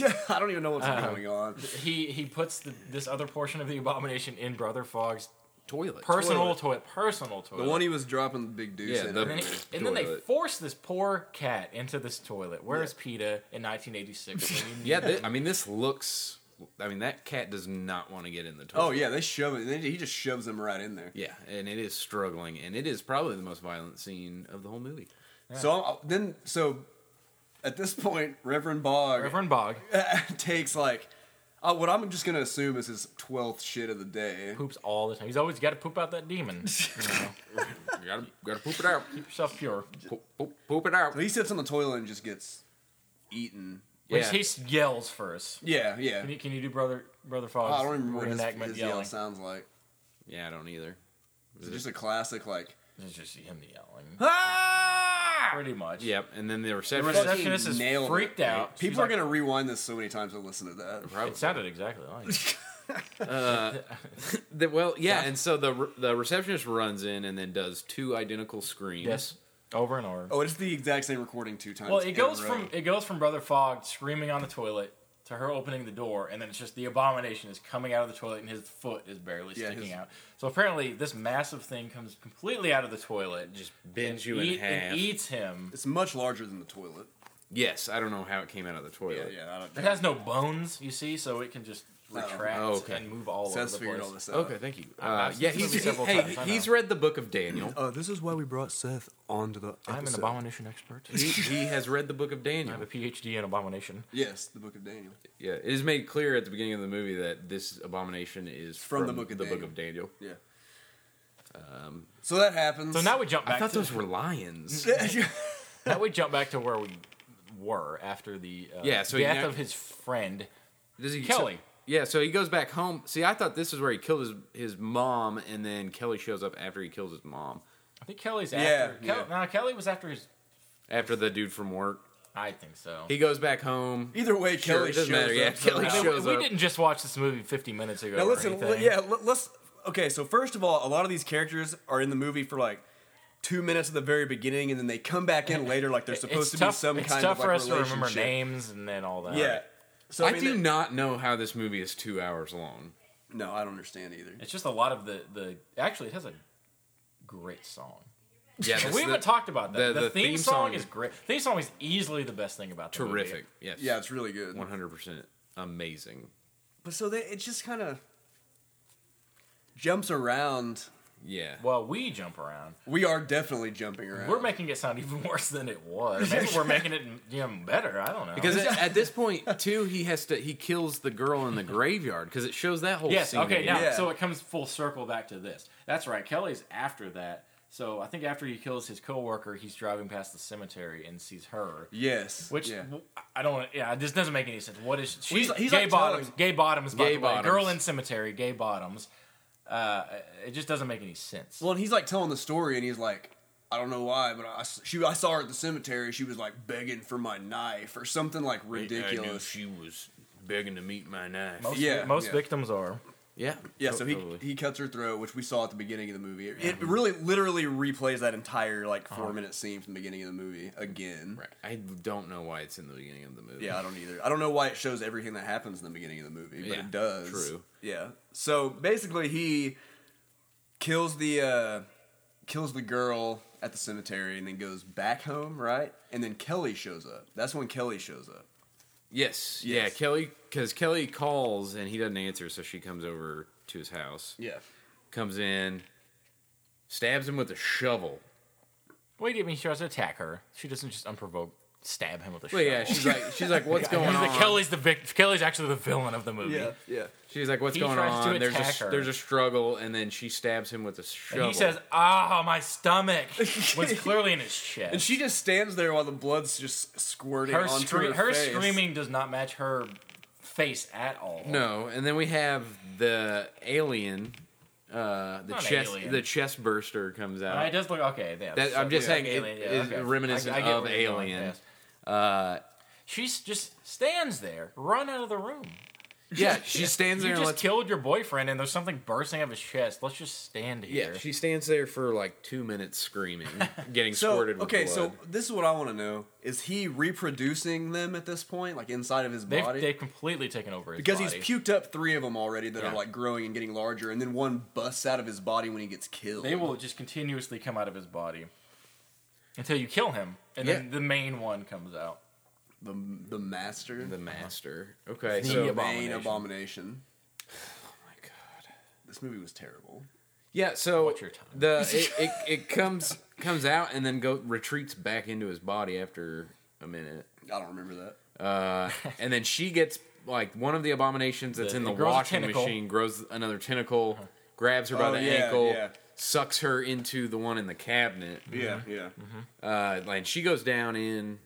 S1: yeah, I don't even know what's
S2: Uh-huh.
S1: going on.
S2: he he puts the, this other portion of the abomination in brother fogg's
S3: Toilet.
S2: personal toilet, personal toilet
S1: The one he was dropping the big deuce
S3: Yeah,
S1: in.
S3: the-
S2: And,
S1: right?
S2: then, and then they
S3: Toilet.
S2: force this poor cat into this toilet. Where's PETA in 1986? when you-
S3: yeah. thi- I mean, this looks. I mean, that cat does not want to get in the toilet.
S1: oh yeah, they shove it. They, he just shoves him right in there.
S3: Yeah, and it is struggling, and it is probably the most violent scene of the whole movie.
S1: So I'm, then, so at this point, Reverend Bog
S2: Reverend Bog
S1: takes like uh, what I'm just going to assume is his twelfth shit of the day.
S2: poops all the time. He's always got to poop out that demon. You know,
S3: You gotta, gotta poop it out.
S2: keep yourself pure.
S3: Poop, poop, poop it out.
S1: So he sits on the toilet and just gets eaten.
S2: Which
S3: Yeah.
S2: he s- yells first.
S1: Yeah, yeah.
S2: Can you, can you do brother brother Fog's
S1: I don't even remember what
S2: reenactment
S1: his, his yell
S2: yelling?
S1: sounds like.
S3: Yeah, I don't either.
S1: It's just a classic like.
S2: It's just him yelling.
S1: Ah!
S2: Pretty much.
S3: Yep, and then the
S2: The
S3: reception.
S2: receptionist
S1: Fucking
S2: is
S1: nailed it.
S2: freaked out.
S1: People
S2: She's
S1: are
S2: like,
S1: gonna rewind this so many times to listen to that.
S3: Probably.
S2: It sounded exactly like. it.
S3: The- well, uh, yeah, and so the re- the receptionist runs in and then does two identical screams.
S2: yes. Over and over.
S1: Oh, it's the exact same recording two times.
S2: Well, it
S1: in a
S2: goes
S1: row.
S2: from it goes from Brother Fogg screaming on the toilet to her opening the door, and then it's just the abomination is coming out of the toilet, and his foot is barely
S1: Yeah,
S2: sticking
S1: his-
S2: out. So apparently, this massive thing comes completely out of the toilet,
S3: just bends
S2: and
S3: you in
S2: eat-
S3: half.
S2: and eats him.
S1: It's much larger than the toilet.
S3: Yes, I don't know how it came out of the toilet.
S1: yeah. I don't,
S2: It has no bones, you see, so it can just retract
S3: Oh, okay.
S2: and move all
S1: so
S2: over
S1: that's
S2: the
S1: figured
S2: place.
S1: all this out.
S3: Okay, thank you.
S2: I've
S3: Uh,
S2: seen
S3: yeah,
S2: this
S3: he's,
S2: movie several
S3: hey,
S2: times, I
S3: he's
S2: know.
S3: read the book of Daniel.
S1: Uh, this is why we brought Seth onto the. Episode.
S2: I'm an abomination expert.
S3: He, he has read the book of
S2: I have
S3: Daniel.
S2: a PhD in abomination.
S1: Yes, the Book of Daniel.
S3: Yeah, it is made clear at the beginning of the movie that this abomination is
S1: From the Book of Daniel.
S3: Daniel.
S1: Yeah. Um, so that happens.
S2: So now we jump
S3: I
S2: back.
S3: thought
S2: to,
S3: those were lions.
S2: now we jump back to where we were after the uh,
S3: Yeah, so
S2: death
S3: now-
S2: of his friend.
S3: Does he
S2: Kelly.
S3: so- yeah, so he goes back home. See, I thought this is where he killed his his mom, and then Kelly shows up after he kills his mom.
S2: I think Kelly's
S1: Yeah,
S2: after.
S1: yeah.
S2: Kel- no, Kelly was after his.
S3: After the dude from work,
S2: I think so.
S3: he goes back home.
S1: Either way,
S3: Sure,
S1: Kelly
S3: it doesn't
S1: shows
S3: matter, yeah,
S1: up.
S3: Kelly
S1: somehow.
S2: I mean,
S3: shows
S2: we, we
S3: up.
S2: didn't just watch this movie 50 minutes ago.
S1: Now
S2: or
S1: listen,
S2: anything.
S1: l- yeah, l- let's. Okay, so first of all, a lot of these characters are in the movie for like two minutes at the very beginning, and then they come back in later like they're supposed to
S2: it's tough,
S1: be some
S2: it's
S1: kind of
S2: tough
S1: like
S2: for us to
S1: relationship.
S2: remember names and then all that.
S1: Yeah. So
S3: I,
S1: mean,
S3: do
S1: they-
S3: not know how this movie is two hours long.
S1: No, I don't understand either.
S2: It's just a lot of the the. Actually, it has a great song.
S3: Yeah,
S2: But
S3: this-
S2: we haven't
S3: the-
S2: talked about that.
S3: the-
S2: The,
S3: the
S2: theme,
S3: theme
S2: song,
S3: song-
S2: is great. Theme song is easily the best thing about the movie.
S3: Terrific. Yes.
S1: Yeah, it's really good.
S3: One hundred percent amazing.
S1: But so they, it just kind of. jumps around.
S3: Yeah.
S2: Well, we jump around.
S1: We are definitely jumping around.
S2: We're making it sound even worse than it was. Maybe we're making it you know, better. I don't know.
S3: Because at, at this point, too, he has to he kills the girl in the graveyard because it shows that whole
S2: yes,
S3: scene.
S2: okay,
S3: again.
S2: now
S1: Yeah.
S2: so it comes full circle back to this. That's right. Kelly's after that. So I think after he kills his coworker, he's driving past the cemetery and sees her.
S1: yes.
S2: Which
S1: yeah.
S2: w- I don't. Yeah, this doesn't make any sense. What is she?
S1: Well, he's- he's
S2: gay
S1: like
S2: bottoms.
S1: telling-
S2: Gay bottoms. By
S3: Gay
S2: the way,
S3: bottoms.
S2: girl in cemetery. Gay bottoms. Uh, it just doesn't make any sense.
S1: Well, and he's like telling the story, and he's like, I don't know why, but I s- she I saw her at the cemetery. She was like begging for my knife or something like ridiculous.
S7: she was begging to meet my knife.
S2: most
S1: yeah,
S2: most
S1: yeah.
S2: victims are.
S3: Yeah.
S1: Yeah, so he
S3: Totally. Uh-huh.
S1: he cuts her throat, which we saw at the beginning of the movie. It, it really literally replays that entire like 4 minute scene from the beginning of the movie again.
S3: Right. I don't know why it's in the beginning of the movie.
S1: Yeah, I don't either. I don't know why it shows everything that happens in the beginning of the movie, but
S3: Yeah,
S1: it does.
S3: true.
S1: Yeah. So basically, he kills the uh, kills the girl at the cemetery, and then goes back home, right? And then Kelly shows up. That's when Kelly shows up.
S3: Yes. Yeah.
S1: Yes.
S3: Kelly, because Kelly calls and he doesn't answer, so she comes over to his house,
S1: Yeah.
S3: comes in, stabs him with a shovel.
S2: Wait, do you mean she tries to attack her? She doesn't just unprovoked stab him with a
S3: Well,
S2: shovel.
S3: yeah. She's like, she's like, what's going
S2: He's the-
S3: on?
S2: Kelly's the vic- Kelly's actually the villain of the movie.
S1: Yeah. Yeah.
S3: She's like, what's
S2: He
S3: going
S2: tries to
S3: on? There's a
S2: attack
S3: s-
S2: her.
S3: there's a struggle, and then she stabs him with a shovel.
S2: And he says, "Ah, my stomach," was clearly in his chest.
S1: And she just stands there while the blood's just squirting
S2: her
S1: onto
S2: scre-
S1: her,
S2: her
S1: face.
S2: screaming does not match her face at all.
S3: No, and then we have the alien, uh, the
S2: Not
S3: chest,
S2: alien.
S3: the chest burster comes
S2: Uh, it
S3: out.
S2: does look okay. Yeah,
S3: That-
S2: so-
S3: I'm just
S2: yeah,
S3: saying it is
S2: okay.
S3: reminiscent
S2: get
S3: of
S2: where you're going
S3: Alien.
S2: with this.
S3: Uh,
S2: She s- just stands there, run out of the room.
S3: yeah, she stands
S2: You
S3: there. and
S2: just
S3: lets-
S2: killed your boyfriend, and there's something bursting out of his chest. Let's just stand here.
S3: yeah, she stands there for like two minutes screaming, getting
S1: So
S3: squirted. With
S1: okay,
S3: blood.
S1: so this is what I want to know: Is he reproducing them at this point, like inside of his
S2: they've,
S1: body?
S2: they've completely taken over his
S1: Because
S2: body.
S1: he's puked up three of them already that
S2: Yeah.
S1: are like growing and getting larger, and then one busts out of his body when he gets killed.
S2: They will just continuously come out of his body until you kill him, and then
S3: Yeah.
S2: the main one comes out.
S1: the the master,
S3: the master. Okay,
S2: The
S3: so
S2: ab-
S1: main
S2: Abomination.
S1: abomination.
S3: oh my god.
S1: This movie was terrible.
S3: Yeah, so
S2: What's your time?
S3: the it, it, it comes comes out and then go retreats back into his body after a minute.
S1: I don't remember that.
S3: Uh, and then she gets like one of the abominations that's
S2: The-
S3: in the
S2: it grows a
S3: washing
S2: tentacle.
S3: machine grows another tentacle, grabs her by
S1: Oh,
S3: the
S1: yeah,
S3: ankle,
S1: yeah.
S3: sucks her into the one in the cabinet.
S1: Yeah, yeah.
S3: Uh, and she goes down in,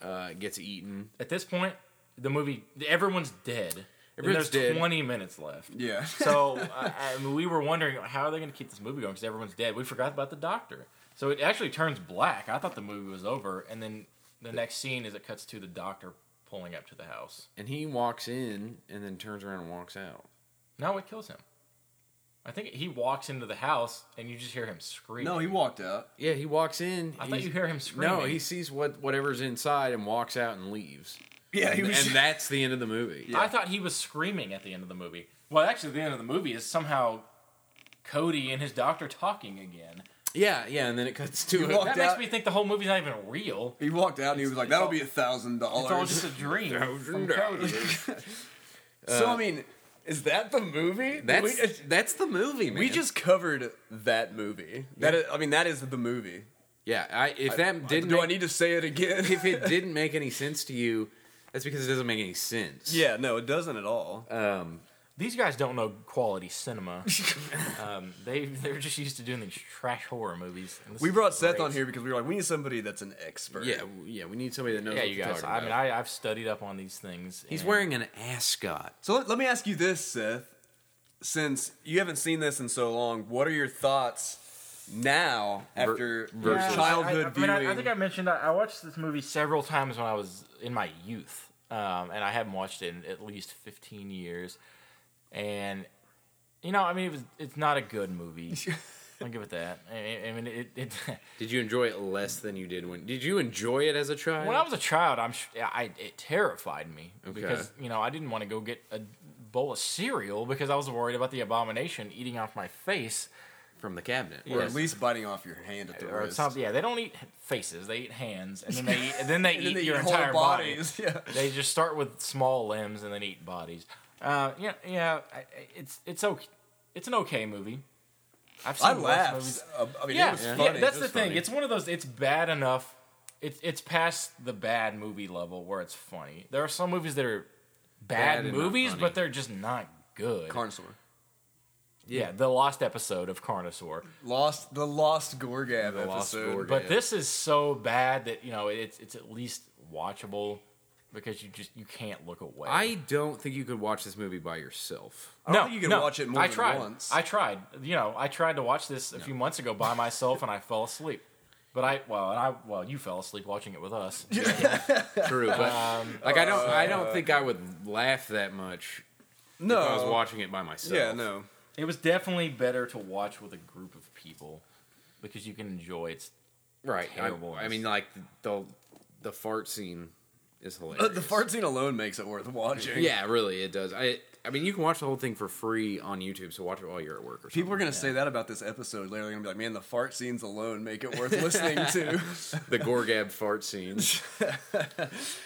S3: uh, gets eaten.
S2: At this point, the movie everyone's dead. And
S3: Everyone's
S2: there's
S3: dead.
S2: 20 minutes left.
S1: Yeah.
S2: So I, I mean, we were wondering how are they going to keep this movie going because everyone's dead. We forgot about the doctor. So it actually turns black. I thought the movie was over, and then the next scene is it cuts to the doctor pulling up to the house.
S3: And he walks in and then turns around and walks out.
S2: No, it kills him. I think he walks into the house, and you just hear him scream.
S1: no, he walked out.
S3: Yeah, he walks in.
S2: I thought
S3: he's-
S2: you hear him screaming.
S3: No, he sees what whatever's inside and walks out and leaves.
S1: Yeah, he
S3: And,
S1: was.
S3: and that's the end of the movie.
S2: I thought he was screaming at the end of the movie. Well, actually, the end of the movie is somehow Cody and his doctor talking again.
S3: Yeah, yeah, and then it cuts to
S1: walk-
S2: That
S3: it.
S1: Fucked
S2: makes
S1: up.
S2: me think the whole movie's not even real.
S1: he walked out, and he was like,
S2: it's
S1: "That'll
S2: all-
S1: be a thousand
S2: It's all
S1: dollars."
S2: just a dream from
S3: $1,000.
S2: Cody.
S1: So I mean, is that the movie? Did
S3: That's
S1: we,
S3: that's the movie, man.
S1: we just covered that movie. That is, I mean, that is the movie.
S3: yeah. I, if that didn't
S1: do I
S3: make-
S1: need to say it again?
S3: if it didn't make any sense to you, that's because it doesn't make any sense.
S1: yeah, no, it doesn't at all.
S3: Um,
S2: These guys don't know quality cinema. um, they they're just used to doing these trash horror movies. and this
S1: we
S2: is
S1: brought Seth
S2: great.
S1: on here because we were like, we need somebody that's an expert.
S3: yeah, w- yeah. We need somebody that knows.
S2: Yeah,
S3: what
S2: you
S3: they're
S2: guys.
S3: talking
S2: I mean,
S3: about.
S2: I, I've studied up on these things.
S3: he's
S2: and-
S3: wearing an ascot.
S1: So let, let me ask you this, Seth. Since you haven't seen this in so long, what are your thoughts now
S3: Ver-
S1: after your
S3: versus-
S1: childhood
S2: I, I, I mean,
S1: viewing?
S2: I, I think I mentioned I, I watched this movie several times when I was in my youth, um, and I haven't watched it in at least fifteen years. And you know, I mean, it was it's not a good movie. I'll give it that. I- I, I mean, it, it
S3: Did you enjoy it less than you did when? Did you enjoy it as a child?
S2: when I was a child, I'm sh- I it terrified me
S3: Okay.
S2: because you know I didn't want to go get a bowl of cereal because I was worried about the abomination eating off my face.
S3: from the cabinet.
S1: or at
S2: Yes.
S1: least biting off your hand at the
S2: Or
S1: wrist.
S2: something. Yeah, they don't eat faces; they eat hands, and then they eat, and then they
S1: And
S2: eat
S1: then they
S2: your
S1: eat whole
S2: entire body.
S1: bodies. Yeah.
S2: they just start with small limbs and then eat bodies. Uh, yeah, yeah, I- I- it's it's okay. It's an okay movie. I've
S1: I
S2: worse
S1: laughed.
S2: movies.
S1: Uh, I mean, it
S2: Yeah,
S1: was
S2: yeah,
S1: funny.
S2: that's
S1: It
S2: the
S1: was
S2: thing.
S1: funny.
S2: It's one of those. It's bad enough. It's it's past the bad movie level where it's funny. There are some movies that are
S3: Bad
S2: bad,
S3: and not
S2: movies,
S3: funny.
S2: but they're just not good.
S1: Carnosaur.
S2: yeah, the lost episode of Carnosaur.
S1: Lost the Lost Gorgab episode.
S3: Lost Gorgab.
S2: But
S3: Yeah.
S2: this is so bad that you know it's it's at least watchable because you just you can't look away.
S3: I don't think you could watch this movie by yourself.
S1: I don't think you can watch it more
S2: I
S1: than
S2: tried.
S1: once.
S2: I tried. You know, I tried to watch this a few months ago by myself, and I fell asleep. But I well, and I well, you fell asleep watching it with us. Um,
S3: True, but
S2: Uh,
S3: like I don't, I don't think I would laugh that much
S1: no,
S3: if I was watching it by myself.
S1: yeah, no.
S2: It was definitely better to watch with a group of people because you can enjoy it.
S3: right. I,
S2: Terrible.
S3: I mean, like the the fart scene is hilarious.
S1: Uh, the fart scene alone makes it worth watching.
S3: Yeah, really, it does. I, I mean, you can watch the whole thing for free on YouTube, so watch it while you're at work or something.
S1: People are gonna say that about this episode later. They're gonna be like, "Man, the fart scenes alone make it worth listening to."
S3: the Gorgab fart scenes.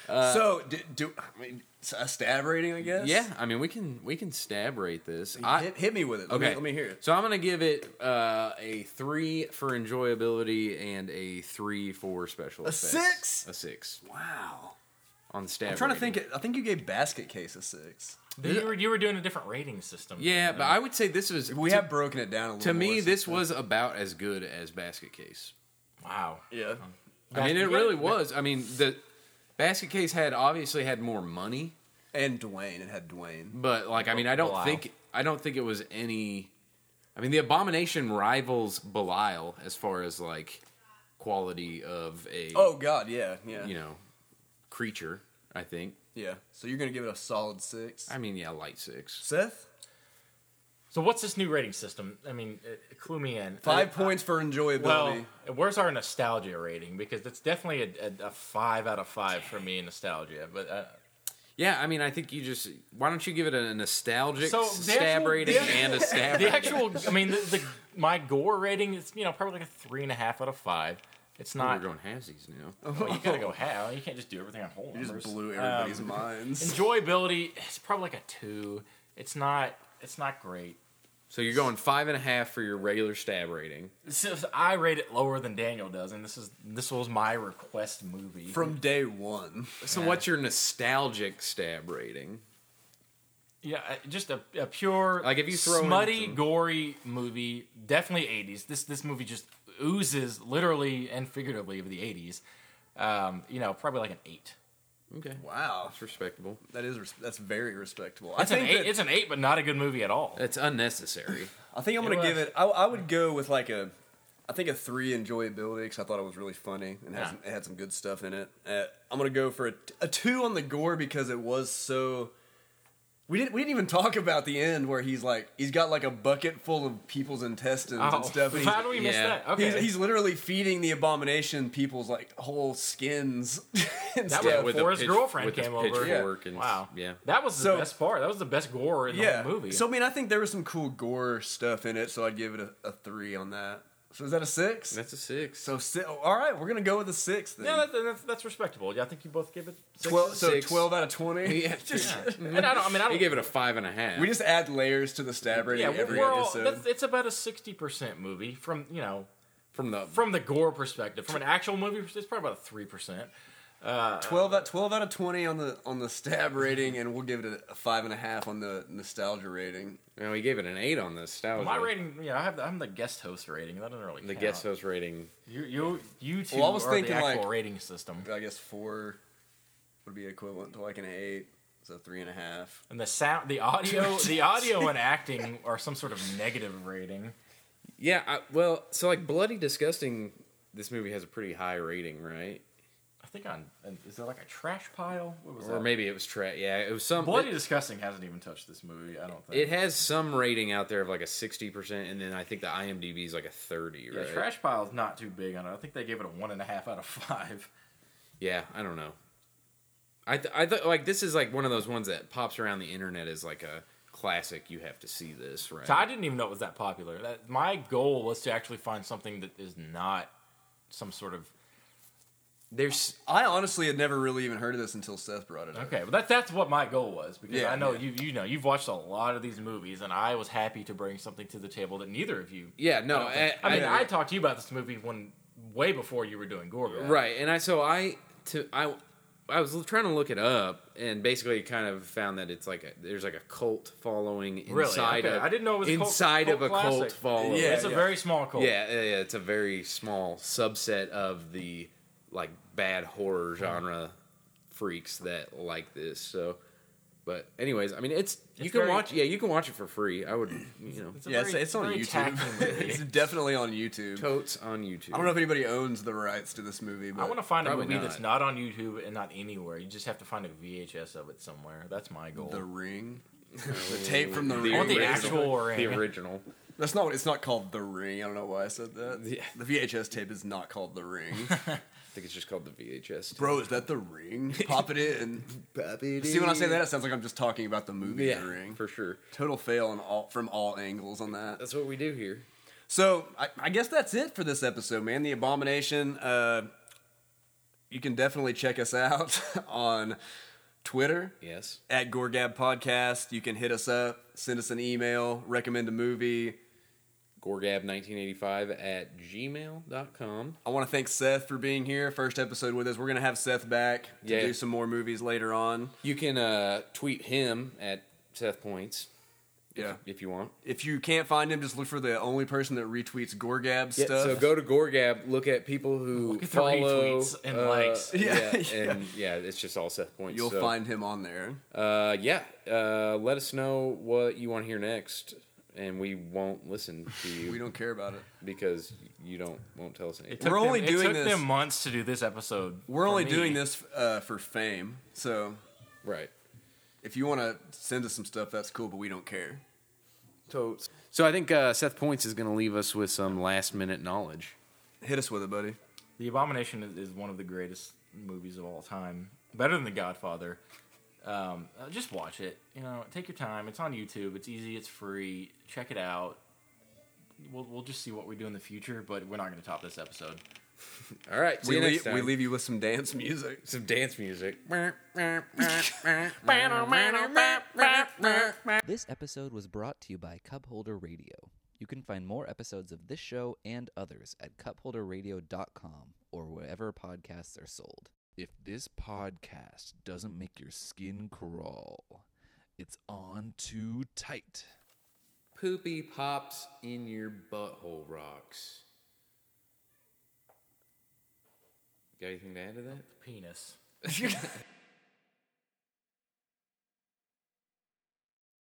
S1: so, do, do I mean s- a stab rating? I guess.
S3: Uh, Yeah, I mean, we can we can stab rate this.
S1: Hit,
S3: I,
S1: hit me with it. Let
S3: okay,
S1: me, let me hear it.
S3: So I'm gonna give it uh, a three for enjoyability and a three for special
S1: A
S3: effects.
S1: six?
S3: A six
S1: Wow.
S3: on stab.
S1: I'm trying to
S3: rating.
S1: think. I think you gave Basket Case a six.
S2: You were you were doing a different rating system.
S3: Yeah, but I would say this was
S1: We
S3: to,
S1: have broken it down a little.
S3: to
S1: more uh,
S3: me
S1: since
S3: this
S1: then.
S3: was about as good as Basket Case.
S2: wow.
S1: Yeah.
S3: Um, I mean, it
S2: Basket-
S3: really
S2: yeah.
S3: was. I mean, the Basket Case had obviously had more money,
S1: And Dwayne. It had Dwayne.
S3: but like, I mean, I don't
S2: Oh, Belial.
S3: think I don't think it was any. I mean, the Abomination rivals Belial as far as like quality of a
S1: Oh God. Yeah. Yeah.
S3: you know creature. I think.
S1: Yeah. So you're gonna give it a solid six.
S3: I mean, yeah, light six.
S1: Seth.
S2: So what's this new rating system? I mean, uh, clue me in.
S1: Five
S2: Uh,
S1: points for enjoyability.
S2: Well, where's our nostalgia rating? Because it's definitely a, a, a five out of five for me in nostalgia. But uh,
S3: Yeah, I mean, I think you just why don't you give it a nostalgic
S2: So, the
S3: stab
S2: actual-
S3: rating
S2: the-
S3: and a stab
S2: the
S3: rating.
S2: actual, I mean, the, the my gore rating is you know probably like a three and a half out of five. It's
S3: We're
S2: not.
S3: going halvesies now.
S2: well, you gotta go half. You can't just do everything on whole
S1: Oh, you
S2: numbers.
S1: just blew
S2: Um,
S1: everybody's minds.
S2: enjoyability, it's probably like a two. It's not. It's not great.
S3: So you're going five and a half for your regular stab rating.
S2: Since I rate it lower than Daniel does, and this is this was my request movie.
S1: From day one.
S3: So what's your nostalgic stab rating?
S2: Yeah, uh, just a, a pure
S3: Like, if you throw in
S2: smutty,
S3: some-
S2: gory movie, definitely eighties. This this movie just oozes literally and figuratively of the eighties. Um, you know, probably like an eight.
S3: Okay,
S1: Wow.
S3: that's respectable.
S1: That is res- that's very respectable.
S2: It's
S1: I
S2: an
S1: think
S2: eight.
S1: that-
S2: It's an eight, but not a good movie at all.
S3: That's unnecessary.
S1: I think I'm
S2: It
S1: gonna give
S2: was.
S1: it. I, I would go with like a, I think a three enjoyability because I thought it was really funny and had
S2: Yeah.
S1: some, it had some good stuff in it. Uh, I'm gonna go for a, t- a two on the gore because it was so. We didn't we didn't even talk about the end where he's like he's got like a bucket full of people's intestines and stuff. And
S2: Oh. how do
S1: he's,
S2: we miss
S3: yeah.
S2: that? Okay,
S1: he's, he's literally feeding the abomination people's like whole skins. and
S2: that
S1: stuff.
S2: was
S3: with the
S2: before his
S3: pitch-
S2: girlfriend
S3: with the
S2: came over.
S3: pitchfork and-
S2: wow,
S3: yeah.
S2: that was the
S1: So-
S2: best part. That was the best gore in the
S1: yeah.
S2: whole movie.
S1: So I mean I think there was some cool gore stuff in it, so I'd give it a, a three on that. So is that a six?
S3: that's a six.
S1: So si- all right, we're gonna go with the six then.
S2: yeah, that, that's, that's respectable. Yeah, I think you both gave it six. Mm-hmm.
S1: twelve, so
S3: Six.
S1: twelve out of twenty.
S3: yeah, just,
S2: And I don't. I mean, I
S3: he
S2: don't.
S3: gave it a five and a half.
S1: We just add layers to the stab rating
S2: yeah, we're,
S1: every
S2: we're all,
S1: episode.
S2: that's, it's about a sixty percent movie from you know
S3: from the
S2: from the gore perspective, from an actual movie, perspective, it's probably about three percent.
S1: twelve out twelve out of twenty on the on the stab rating, and we'll give it a, a five and a half on the nostalgia rating.
S3: no, he gave it an eight on this. Stout.
S2: My rating, yeah, I have the, I'm the guest host rating. That doesn't really
S3: the
S2: count.
S3: guest host rating.
S2: You you you two
S1: Well, I was
S2: are
S1: thinking,
S2: the actual
S1: like-
S2: rating system,
S1: I guess four would be equivalent to like an eight, so three and a half.
S2: and the sound, the audio, the audio and acting are some sort of negative rating.
S3: Yeah, I, well, so like bloody disgusting. This movie has a pretty high rating, right?
S2: I think on and is it like a trash pile? What was
S3: Or
S2: that?
S3: maybe it was tra Yeah, it was some.
S2: Bloody
S3: it-
S2: disgusting hasn't even touched this movie. I don't think
S3: It has some rating out there of like a sixty percent, and then I think the IMDb is like a thirty,
S2: Yeah,
S3: right?
S2: trash pile's not too big on it. I think they gave it a one and a half out of five.
S3: Yeah, I don't know. I th- I thought like this is like one of those ones that pops around the internet as like a classic. You have to see this, right?
S2: So I didn't even know it was that popular. That, my goal was to actually find something that is not some sort of
S3: There's
S1: I honestly had never really even heard of this until Seth brought it up.
S2: Okay, well that that's what my goal was because
S1: Yeah,
S2: I know
S1: yeah.
S2: you you know you've watched a lot of these movies and I was happy to bring something to the table that neither of you.
S3: yeah, no.
S2: I,
S3: I,
S2: mean,
S3: I-
S2: I, talked to you about this movie when way before you were doing Gorgo.
S3: Right, and I so I to I I was trying to look it up, and basically kind of found that it's like a, there's like a cult following
S2: Really?
S3: inside.
S2: Okay,
S3: Of,
S2: I didn't know it was a cult-
S3: inside
S2: cult
S3: of a cult
S2: classic.
S3: following.
S2: it's
S1: Yeah,
S2: a
S1: yeah.
S2: very small cult.
S3: yeah, yeah, yeah, it's a very small subset of the like bad horror
S1: Hmm.
S3: genre freaks that like this. So, but anyways, I mean, it's, you
S2: It's
S3: can
S2: very-
S3: watch. Yeah, you can watch it for free. I would, you know,
S2: a
S1: Yeah,
S2: very-
S1: it's, it's on
S2: very
S1: YouTube.
S2: tacky movie.
S1: it's definitely on YouTube.
S3: totes on YouTube.
S1: I don't know if anybody owns the rights to this movie, but
S2: I want to find a
S3: Probably
S2: movie
S3: not.
S2: that's not on YouTube and not anywhere. You just have to find a VHS of it somewhere. That's my goal.
S1: The Ring, the tape from the
S2: I
S1: Ring.
S2: want the
S3: Uh, original-
S2: actual
S3: the
S2: ring.
S3: original.
S1: That's not what it's not called. The Ring. I don't know why I said that.
S3: Yeah.
S1: The VHS tape is not called The Ring.
S3: I think it's just called the VHS.
S1: Bro, is that The Ring? Pop it in.
S3: Pop it
S1: See, when I say
S3: in.
S1: that, it sounds like I'm just talking about the movie
S3: yeah,
S1: The Ring.
S3: for sure.
S1: Total fail on all, from all angles on that.
S3: That's what we do here.
S1: So I, I guess that's it for this episode, man. The Abomination. Uh, you can definitely check us out on Twitter
S3: Yes.
S1: at Gorgab Podcast. You can hit us up, send us an email, recommend a movie.
S3: Gorgab1985 at gmail.com.
S1: I want to thank Seth for being here. First episode with us. We're gonna have Seth back to
S3: Yeah.
S1: do some more movies later on.
S3: You can uh, tweet him at Seth Points
S1: Yeah.
S3: if you want.
S1: If you can't find him, just look for the only person that retweets Gorgab
S3: Yeah,
S1: stuff.
S3: so go to Gorgab, look at people who
S2: Look at the
S3: follow
S2: retweets and
S3: uh,
S2: likes.
S3: Yeah,
S1: Yeah,
S3: and yeah, it's just all Seth Points.
S1: You'll
S3: so,
S1: find him on there.
S3: Uh, yeah, uh, let us know what you want to hear next, and we won't listen to you
S1: We don't care about it.
S3: because you don't won't tell us anything.
S2: It took
S1: We're only
S2: them,
S1: doing
S2: it took
S1: this-
S2: them months to do this episode.
S1: We're
S2: for
S1: only
S2: me.
S1: doing this uh, for fame. So
S3: right.
S1: if you want to send us some stuff, that's cool, but we don't care.
S3: Totes. So I think uh, Seth Points is going to leave us with some last minute knowledge.
S1: Hit us with it, buddy.
S2: The Abomination is, is one of the greatest movies of all time, better than The Godfather. Um, uh, just watch it. You know, take your time. It's on YouTube. It's easy. It's free. Check it out. We'll, we'll just see what we do in the future, but we're not going to top this episode.
S3: All right, see
S1: we,
S3: you next
S1: leave,
S3: time.
S1: we leave you with some dance music.
S3: some dance music.
S8: This episode was brought to you by Cupholder Radio. You can find more episodes of this show and others at cupholderradio.com or wherever podcasts are sold. If this podcast doesn't make your skin crawl, it's on too tight.
S3: Poopy pops in your butthole rocks. Got anything to add to that?
S2: Penis.